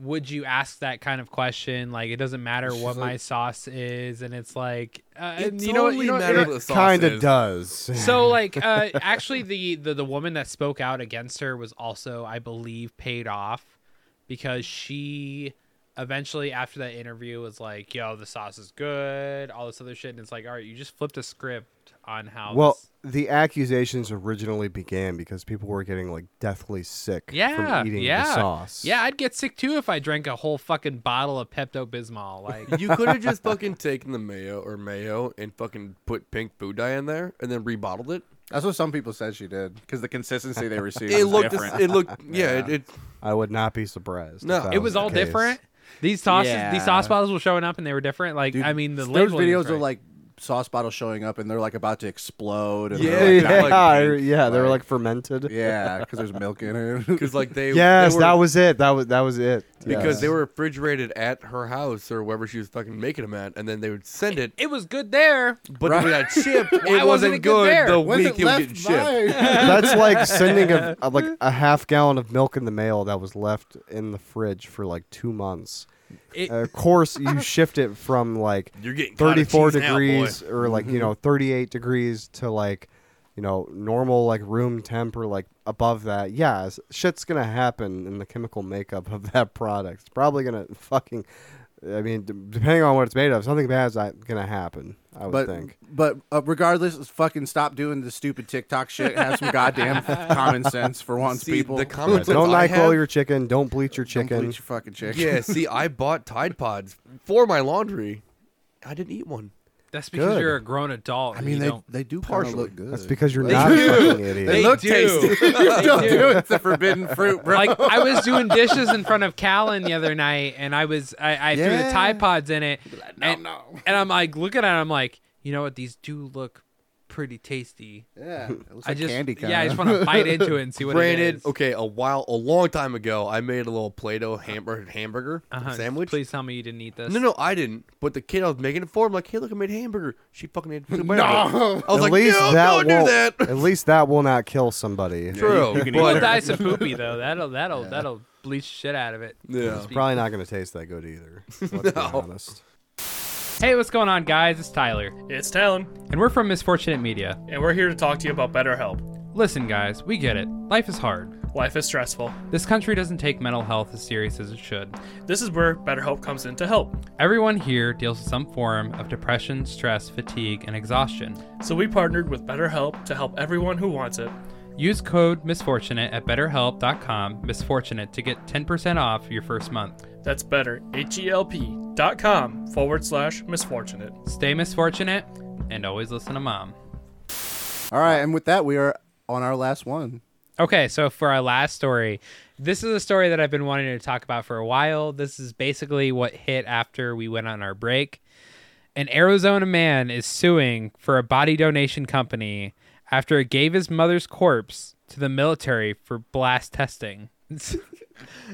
Speaker 1: would you ask that kind of question? Like, it doesn't matter what my sauce is." And it's like, uh,
Speaker 2: It
Speaker 1: and you know what? You
Speaker 2: totally
Speaker 1: know, what- you
Speaker 2: matters
Speaker 1: know
Speaker 2: what the sauce
Speaker 3: kinda
Speaker 2: is.
Speaker 3: does.
Speaker 1: so like uh actually the, the the woman that spoke out against her was also i believe paid off because she eventually after that interview was like yo the sauce is good all this other shit and it's like all right you just flipped a script on how
Speaker 3: Well,
Speaker 1: this-
Speaker 3: the accusations originally began because people were getting like deathly sick
Speaker 1: yeah
Speaker 3: from eating
Speaker 1: yeah
Speaker 3: the sauce.
Speaker 1: yeah i'd get sick too if i drank a whole fucking bottle of pepto-bismol like
Speaker 2: You could have just fucking taken the mayo or mayo and fucking put pink food dye in there and then rebottled it.
Speaker 11: That's what some people said she did because the consistency they received.
Speaker 2: It
Speaker 11: was
Speaker 2: looked
Speaker 11: different.
Speaker 2: it looked yeah, It, it
Speaker 3: I would not be surprised.
Speaker 2: No.
Speaker 3: if that
Speaker 1: it was
Speaker 3: the
Speaker 1: all
Speaker 3: case.
Speaker 1: different these sauces
Speaker 11: Yeah.
Speaker 1: these sauce bottles were showing up and they were different like i mean the
Speaker 11: There's
Speaker 1: labeling
Speaker 11: videos
Speaker 1: was right.
Speaker 11: of like sauce bottles showing up and they're like about to explode. And
Speaker 3: Yeah,
Speaker 11: they're, like,
Speaker 3: yeah,
Speaker 11: not, like,
Speaker 3: I-
Speaker 11: pink.
Speaker 3: yeah, they were like fermented.
Speaker 11: yeah, because there's milk in it.
Speaker 2: because like they
Speaker 3: yes,
Speaker 2: they were-
Speaker 3: that was it. That was that was it.
Speaker 2: because
Speaker 3: Yes.
Speaker 2: they were refrigerated at her house or wherever she was fucking making them at, and then they would send it.
Speaker 1: it was good there
Speaker 2: But when that shipped,
Speaker 1: Why
Speaker 2: it
Speaker 1: wasn't
Speaker 2: wasn't
Speaker 1: it good
Speaker 2: good
Speaker 1: there?
Speaker 2: the
Speaker 1: When it
Speaker 2: week it was getting
Speaker 1: left
Speaker 2: shipped.
Speaker 3: That's like sending a, a- like a half gallon of milk in the mail that was left in the fridge for like two months.
Speaker 1: It-
Speaker 3: of uh, course, you shift it from like
Speaker 2: You're getting cottage
Speaker 3: 34
Speaker 2: cheese now, boy.
Speaker 3: degrees or like
Speaker 2: Mm-hmm.
Speaker 3: you know 38 degrees to like you know normal like room temp or like above that. Yeah, s- shit's gonna happen in the chemical makeup of that product. It's probably gonna fucking. I mean, d- depending on what it's made of, something bad's not gonna happen. I would
Speaker 11: But
Speaker 3: think.
Speaker 11: but uh, regardless, let's fucking stop doing the stupid TikTok shit. Have some goddamn common sense for once,
Speaker 2: See,
Speaker 11: people.
Speaker 2: the common sense
Speaker 3: Don't
Speaker 2: I
Speaker 3: like all
Speaker 2: have-
Speaker 3: your chicken. Don't bleach your
Speaker 11: Don't
Speaker 3: chicken.
Speaker 11: bleach your fucking chicken.
Speaker 2: Yeah, see, I bought Tide Pods for my laundry. I didn't eat one.
Speaker 1: That's because
Speaker 3: Good.
Speaker 1: you're a grown adult.
Speaker 11: I
Speaker 1: and
Speaker 11: mean
Speaker 1: you
Speaker 11: they
Speaker 1: don't...
Speaker 11: they do partially
Speaker 2: Partially.
Speaker 11: look good.
Speaker 3: That's because you're
Speaker 11: They
Speaker 3: not
Speaker 11: do.
Speaker 3: a fucking idiot.
Speaker 1: They
Speaker 11: look
Speaker 1: do.
Speaker 11: tasty.
Speaker 1: They
Speaker 11: don't
Speaker 1: do.
Speaker 11: do it. It's the forbidden fruit, bro.
Speaker 1: like I was doing dishes in front of Callan the other night, and I was I, I threw the
Speaker 11: Yeah.
Speaker 1: Tide Pods in it, and, and I'm like looking at it, I'm like, you know what? These do look pretty tasty.
Speaker 11: Yeah, it looks
Speaker 1: I
Speaker 11: like
Speaker 1: just
Speaker 11: candy
Speaker 1: yeah, I
Speaker 11: kinda.
Speaker 1: just want to bite into it and see what
Speaker 2: Granted,
Speaker 1: it is.
Speaker 2: okay, a while, a long time ago, I made a little Play-Doh hamburger hamburger
Speaker 13: Uh-huh.
Speaker 2: sandwich.
Speaker 1: Uh-huh. Please tell me you didn't eat this.
Speaker 2: No, no, I didn't. But the kid I was making it for, I'm like, hey, look, I made hamburger. She fucking ate two bites of it. I was
Speaker 3: at
Speaker 2: like,
Speaker 3: least
Speaker 2: no,
Speaker 3: that
Speaker 2: don't
Speaker 3: will
Speaker 2: do that.
Speaker 3: at least that will not kill somebody.
Speaker 2: True, You can eat
Speaker 1: We'll die some poopy though. That'll that'll that'll bleach shit out of it.
Speaker 3: Yeah. It's probably not going to taste that good either. Let's be honest.
Speaker 1: Hey, what's going on, guys? It's Tyler.
Speaker 13: It's Talon.
Speaker 1: And we're from Misfortunate Media.
Speaker 13: And we're here to talk to you about BetterHelp.
Speaker 1: Listen, guys, we get it. Life is hard.
Speaker 13: Life is stressful.
Speaker 1: This country doesn't take mental health as serious as it should.
Speaker 13: This is where BetterHelp comes in to help.
Speaker 1: Everyone here deals with some form of depression, stress, fatigue, and exhaustion.
Speaker 13: So we partnered with BetterHelp to help everyone who wants it.
Speaker 1: Use code misfortunate at betterhelp.com misfortunate to get 10% off your first month.
Speaker 13: That's better. H-E-L-P dot com forward slash misfortunate.
Speaker 1: Stay misfortunate and always listen to mom.
Speaker 11: All right, and with that, we are on our last one.
Speaker 1: Okay, so for our last story, this is a story that I've been wanting to talk about for a while. This is basically what hit after we went on our break. An Arizona man is suing for a body donation company after it gave his mother's corpse to the military for blast testing.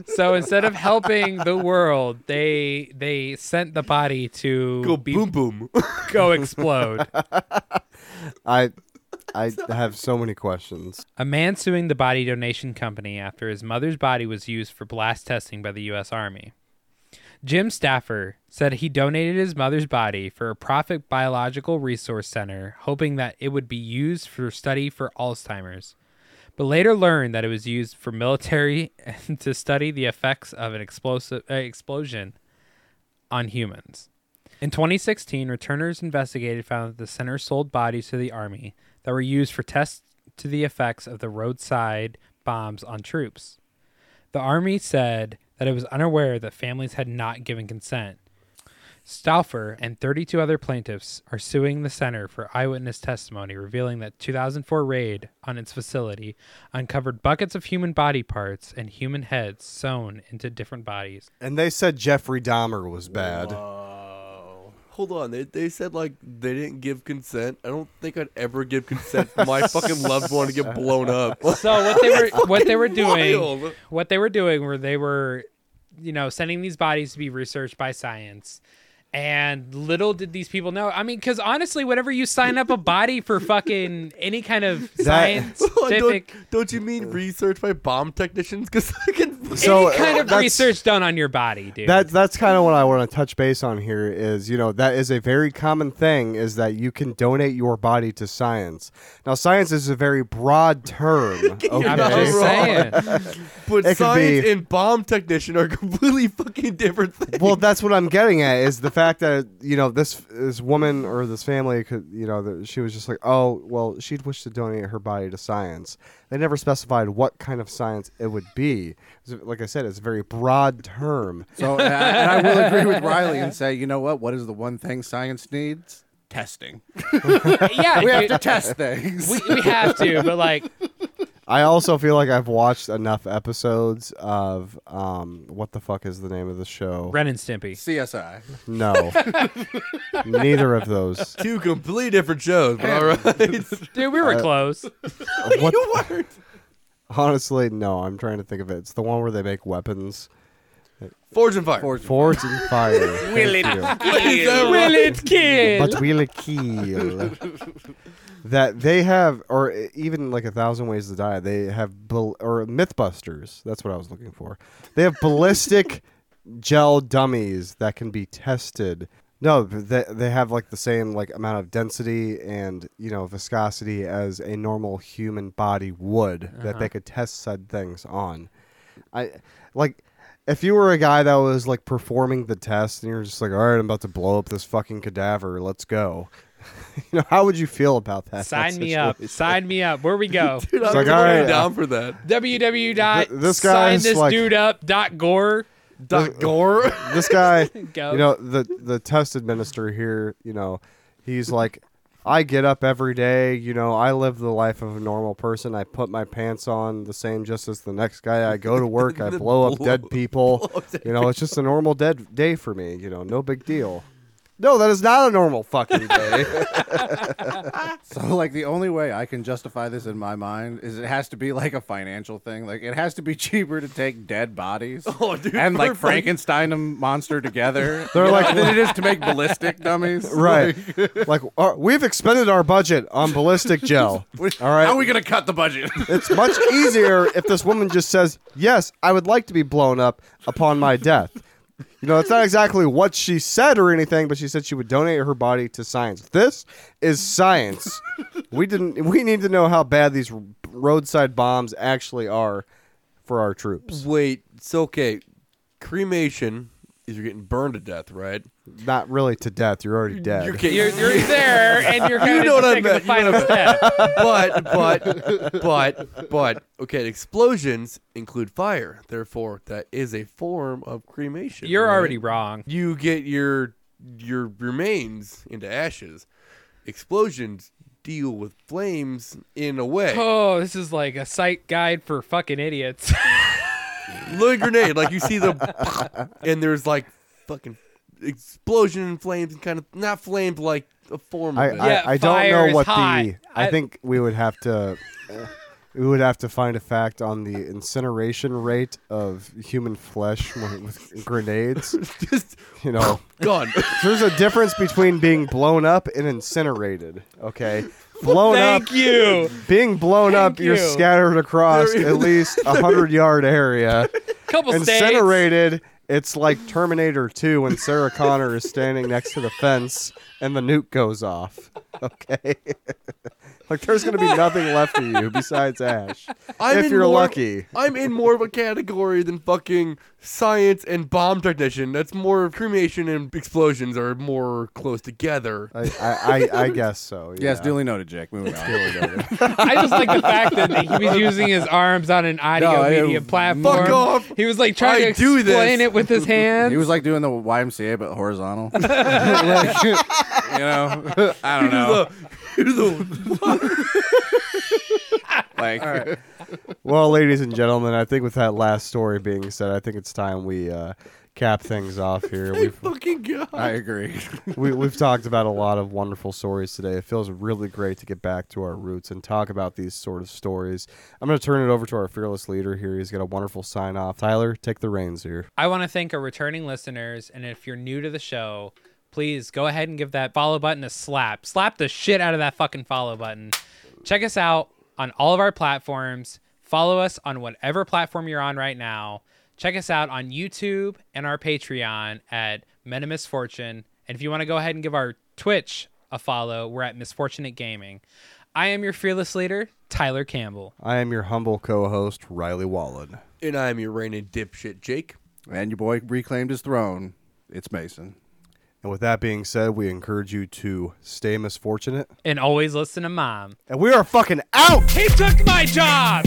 Speaker 1: so instead of helping the world, they they sent the body to
Speaker 2: Go
Speaker 1: be-
Speaker 2: boom boom.
Speaker 1: go explode.
Speaker 3: I I have so many questions.
Speaker 1: A man suing the body donation company after his mother's body was used for blast testing by the U.S. Army. Jim Staffer said he donated his mother's body for a profit biological resource center, hoping that it would be used for study for Alzheimer's, but later learned that it was used for military and to study the effects of an explosive uh, explosion on humans. In 2016, returners investigated found that the center sold bodies to the army that were used for tests to the effects of the roadside bombs on troops. The army said that it was unaware that families had not given consent. Stauffer and 32 other plaintiffs are suing the center for eyewitness testimony revealing that 2004 raid on its facility uncovered buckets of human body parts and human heads sewn into different bodies.
Speaker 3: And they said Jeffrey Dahmer was bad.
Speaker 2: Hold on, they, they said like they didn't give consent. I don't think I'd ever give consent for my fucking loved one to get blown up.
Speaker 1: So what they were what they were doing
Speaker 2: Wild.
Speaker 1: what they were doing were they were you know sending these bodies to be researched by science and little did these people know i mean because honestly whenever you sign up a body for fucking any kind of
Speaker 2: don't,
Speaker 1: scientific
Speaker 2: don't you mean research by bomb technicians? Because I can.
Speaker 3: So, uh,
Speaker 1: any kind of
Speaker 3: that's-
Speaker 1: research done on your body dude
Speaker 3: That that's kind of what I want to touch base on here is you know that is a very common thing is that you can donate your body to science. Now science is a very broad term. okay?
Speaker 1: I'm just saying.
Speaker 2: But
Speaker 3: It could
Speaker 2: science
Speaker 3: be-
Speaker 2: and bomb technician are completely fucking different things.
Speaker 3: well, that's what I'm getting at is the fact that you know this this woman or this family could you know that she was just like oh well she'd wish to donate her body to science. They never specified what kind of science it would be. So, like I said, it's a very broad term.
Speaker 11: So, and I, and I will agree with Riley and say, you know what? What is the one thing science needs? Testing.
Speaker 1: yeah
Speaker 11: we have
Speaker 1: dude.
Speaker 11: to test things.
Speaker 1: we, we have to but like
Speaker 3: I also feel like I've watched enough episodes of um, what the fuck is the name of the show?
Speaker 1: ren and stimpy
Speaker 11: CSI.
Speaker 3: no, neither of those.
Speaker 2: Two completely different shows, but all right.
Speaker 1: dude we were
Speaker 3: Uh,
Speaker 1: close
Speaker 3: What?
Speaker 2: you weren't.
Speaker 3: Honestly, no. I'm trying to think of it. It's the one where they make weapons,
Speaker 2: Forge and fire.
Speaker 3: forge and fire. Will
Speaker 2: Is that right?
Speaker 1: will it kill
Speaker 3: But uh, will it kill? that they have, or even like a thousand ways to die. They have, bal- or MythBusters. That's what I was looking for. They have ballistic gel dummies that can be tested. No, they they have like the same like amount of density and you know viscosity as a normal human body would. That they could test said things on. I like if you were a guy that was like performing the test and you're just like, all right, I'm about to blow up this fucking cadaver, let's go. you know, how would you feel about that?
Speaker 1: sign me
Speaker 3: situation?
Speaker 1: up sign me up where we go
Speaker 2: Dude, I'm
Speaker 3: It's like, all
Speaker 2: totally
Speaker 3: right,
Speaker 2: down for that.
Speaker 1: www dot
Speaker 3: Th- this
Speaker 1: sign
Speaker 3: guy's
Speaker 1: this
Speaker 3: like-
Speaker 1: dude up dot gore
Speaker 2: Doc Gore.
Speaker 3: This guy,
Speaker 1: Go.
Speaker 3: you know, the the test administrator here, you know, he's like, I get up every day, you know, I live the life of a normal person. I put my pants on the same just as the next guy. I go to work, I blow up dead people. You know, it's just a normal dead day for me. You know, no big deal. No, that is not a normal fucking day.
Speaker 11: So like the only way I can justify this in my mind is it has to be like a financial thing. Like it has to be cheaper to take dead bodies and like
Speaker 3: perfect.
Speaker 11: Frankenstein a monster together.
Speaker 3: They're
Speaker 11: you know,
Speaker 3: like-
Speaker 11: than it is to make ballistic dummies.
Speaker 3: right. Like, uh, we've expended our budget on ballistic gel. All
Speaker 11: Like,
Speaker 3: right.
Speaker 11: How are we gonna cut the budget?
Speaker 3: It's much easier if this woman just says, "Yes, I would like to be blown up upon my death." You know, that's not exactly what she said or anything, but she said she would donate her body to science. This is science. we didn't. We need to know how bad these r- roadside bombs actually are for our troops.
Speaker 2: Wait, so okay, cremation is you're getting burned to death, right?
Speaker 3: Not really to death. You're already dead.
Speaker 2: You're, get-
Speaker 1: You're- you're there, and you're
Speaker 2: you
Speaker 1: kinda
Speaker 2: know what I
Speaker 1: taking the
Speaker 2: meant, you know
Speaker 1: final
Speaker 2: what I meant. But but but but okay, explosions include fire. Therefore, that is a form of cremation.
Speaker 1: You're
Speaker 2: right?
Speaker 1: already wrong.
Speaker 2: You get your your remains into ashes. Explosions deal with flames in a way.
Speaker 1: Oh, this is like a site guide for fucking idiots.
Speaker 2: Low grenade, like you see the and there's like fucking explosion and flames and kind of not flames like a form
Speaker 3: I,
Speaker 2: of it.
Speaker 3: I, I don't
Speaker 1: fire
Speaker 3: know
Speaker 1: is
Speaker 3: what
Speaker 1: hot.
Speaker 3: the. I,
Speaker 1: I-
Speaker 3: think we would have to. We would have to find a fact on the incineration rate of human flesh when, with grenades.
Speaker 2: Just
Speaker 3: you know,
Speaker 2: gone.
Speaker 3: There's a difference between being blown up and incinerated. Okay, blown
Speaker 1: Thank
Speaker 3: up.
Speaker 1: you.
Speaker 3: Being blown up,
Speaker 1: Thank
Speaker 3: you're
Speaker 1: you.
Speaker 3: scattered across at least a hundred yard area.
Speaker 1: Couple states.
Speaker 3: Incinerated. It's like Terminator 2 when Sarah Connor is standing next to the fence and the nuke goes off. Okay. like there's gonna be nothing left of you besides ash. if
Speaker 2: in
Speaker 3: you're
Speaker 2: more-
Speaker 3: lucky.
Speaker 2: I'm in more of a category than fucking science and bomb technician. That's more cremation and explosions are more close together.
Speaker 3: I, I, I, I guess so.
Speaker 11: Yes,
Speaker 3: yeah.
Speaker 11: duly noted, Jack. Moving on.
Speaker 1: I just like the fact that he was using his arms on an audio
Speaker 11: No, I-
Speaker 1: media platform.
Speaker 2: Fuck off.
Speaker 1: He was like trying to
Speaker 2: I do this.
Speaker 1: explain it with his hands.
Speaker 11: He was like doing the YMCA but horizontal. Like, you know, I don't know. Like,
Speaker 3: Well, ladies and gentlemen, I think with that last story being said, I think it's time we uh, cap things off here. We've
Speaker 2: fucking god.
Speaker 11: I agree.
Speaker 3: we, we've talked about a lot of wonderful stories today. It feels really great to get back to our roots and talk about these sort of stories. I'm going to turn it over to our fearless leader here. He's got a wonderful sign off. Tyler, take the reins here.
Speaker 1: I want to thank our returning listeners, and if you're new to the show, please go ahead and give that follow button a slap. Slap the shit out of that fucking follow button. Check us out on all of our platforms. Follow us on whatever platform you're on right now. Check us out on YouTube and our Patreon at Men of Misfortune. And if you want to go ahead and give our Twitch a follow, we're at Misfortunate Gaming. I am your fearless leader, Tyler Campbell.
Speaker 3: I am your humble co host, Riley Wallen.
Speaker 2: And I'm your reigning dipshit Jake.
Speaker 11: and your boy reclaimed his throne. It's Mason.
Speaker 3: And with that being said, we encourage you to stay misfortunate.
Speaker 1: And always listen to mom.
Speaker 3: And we are fucking out!
Speaker 1: He took my job!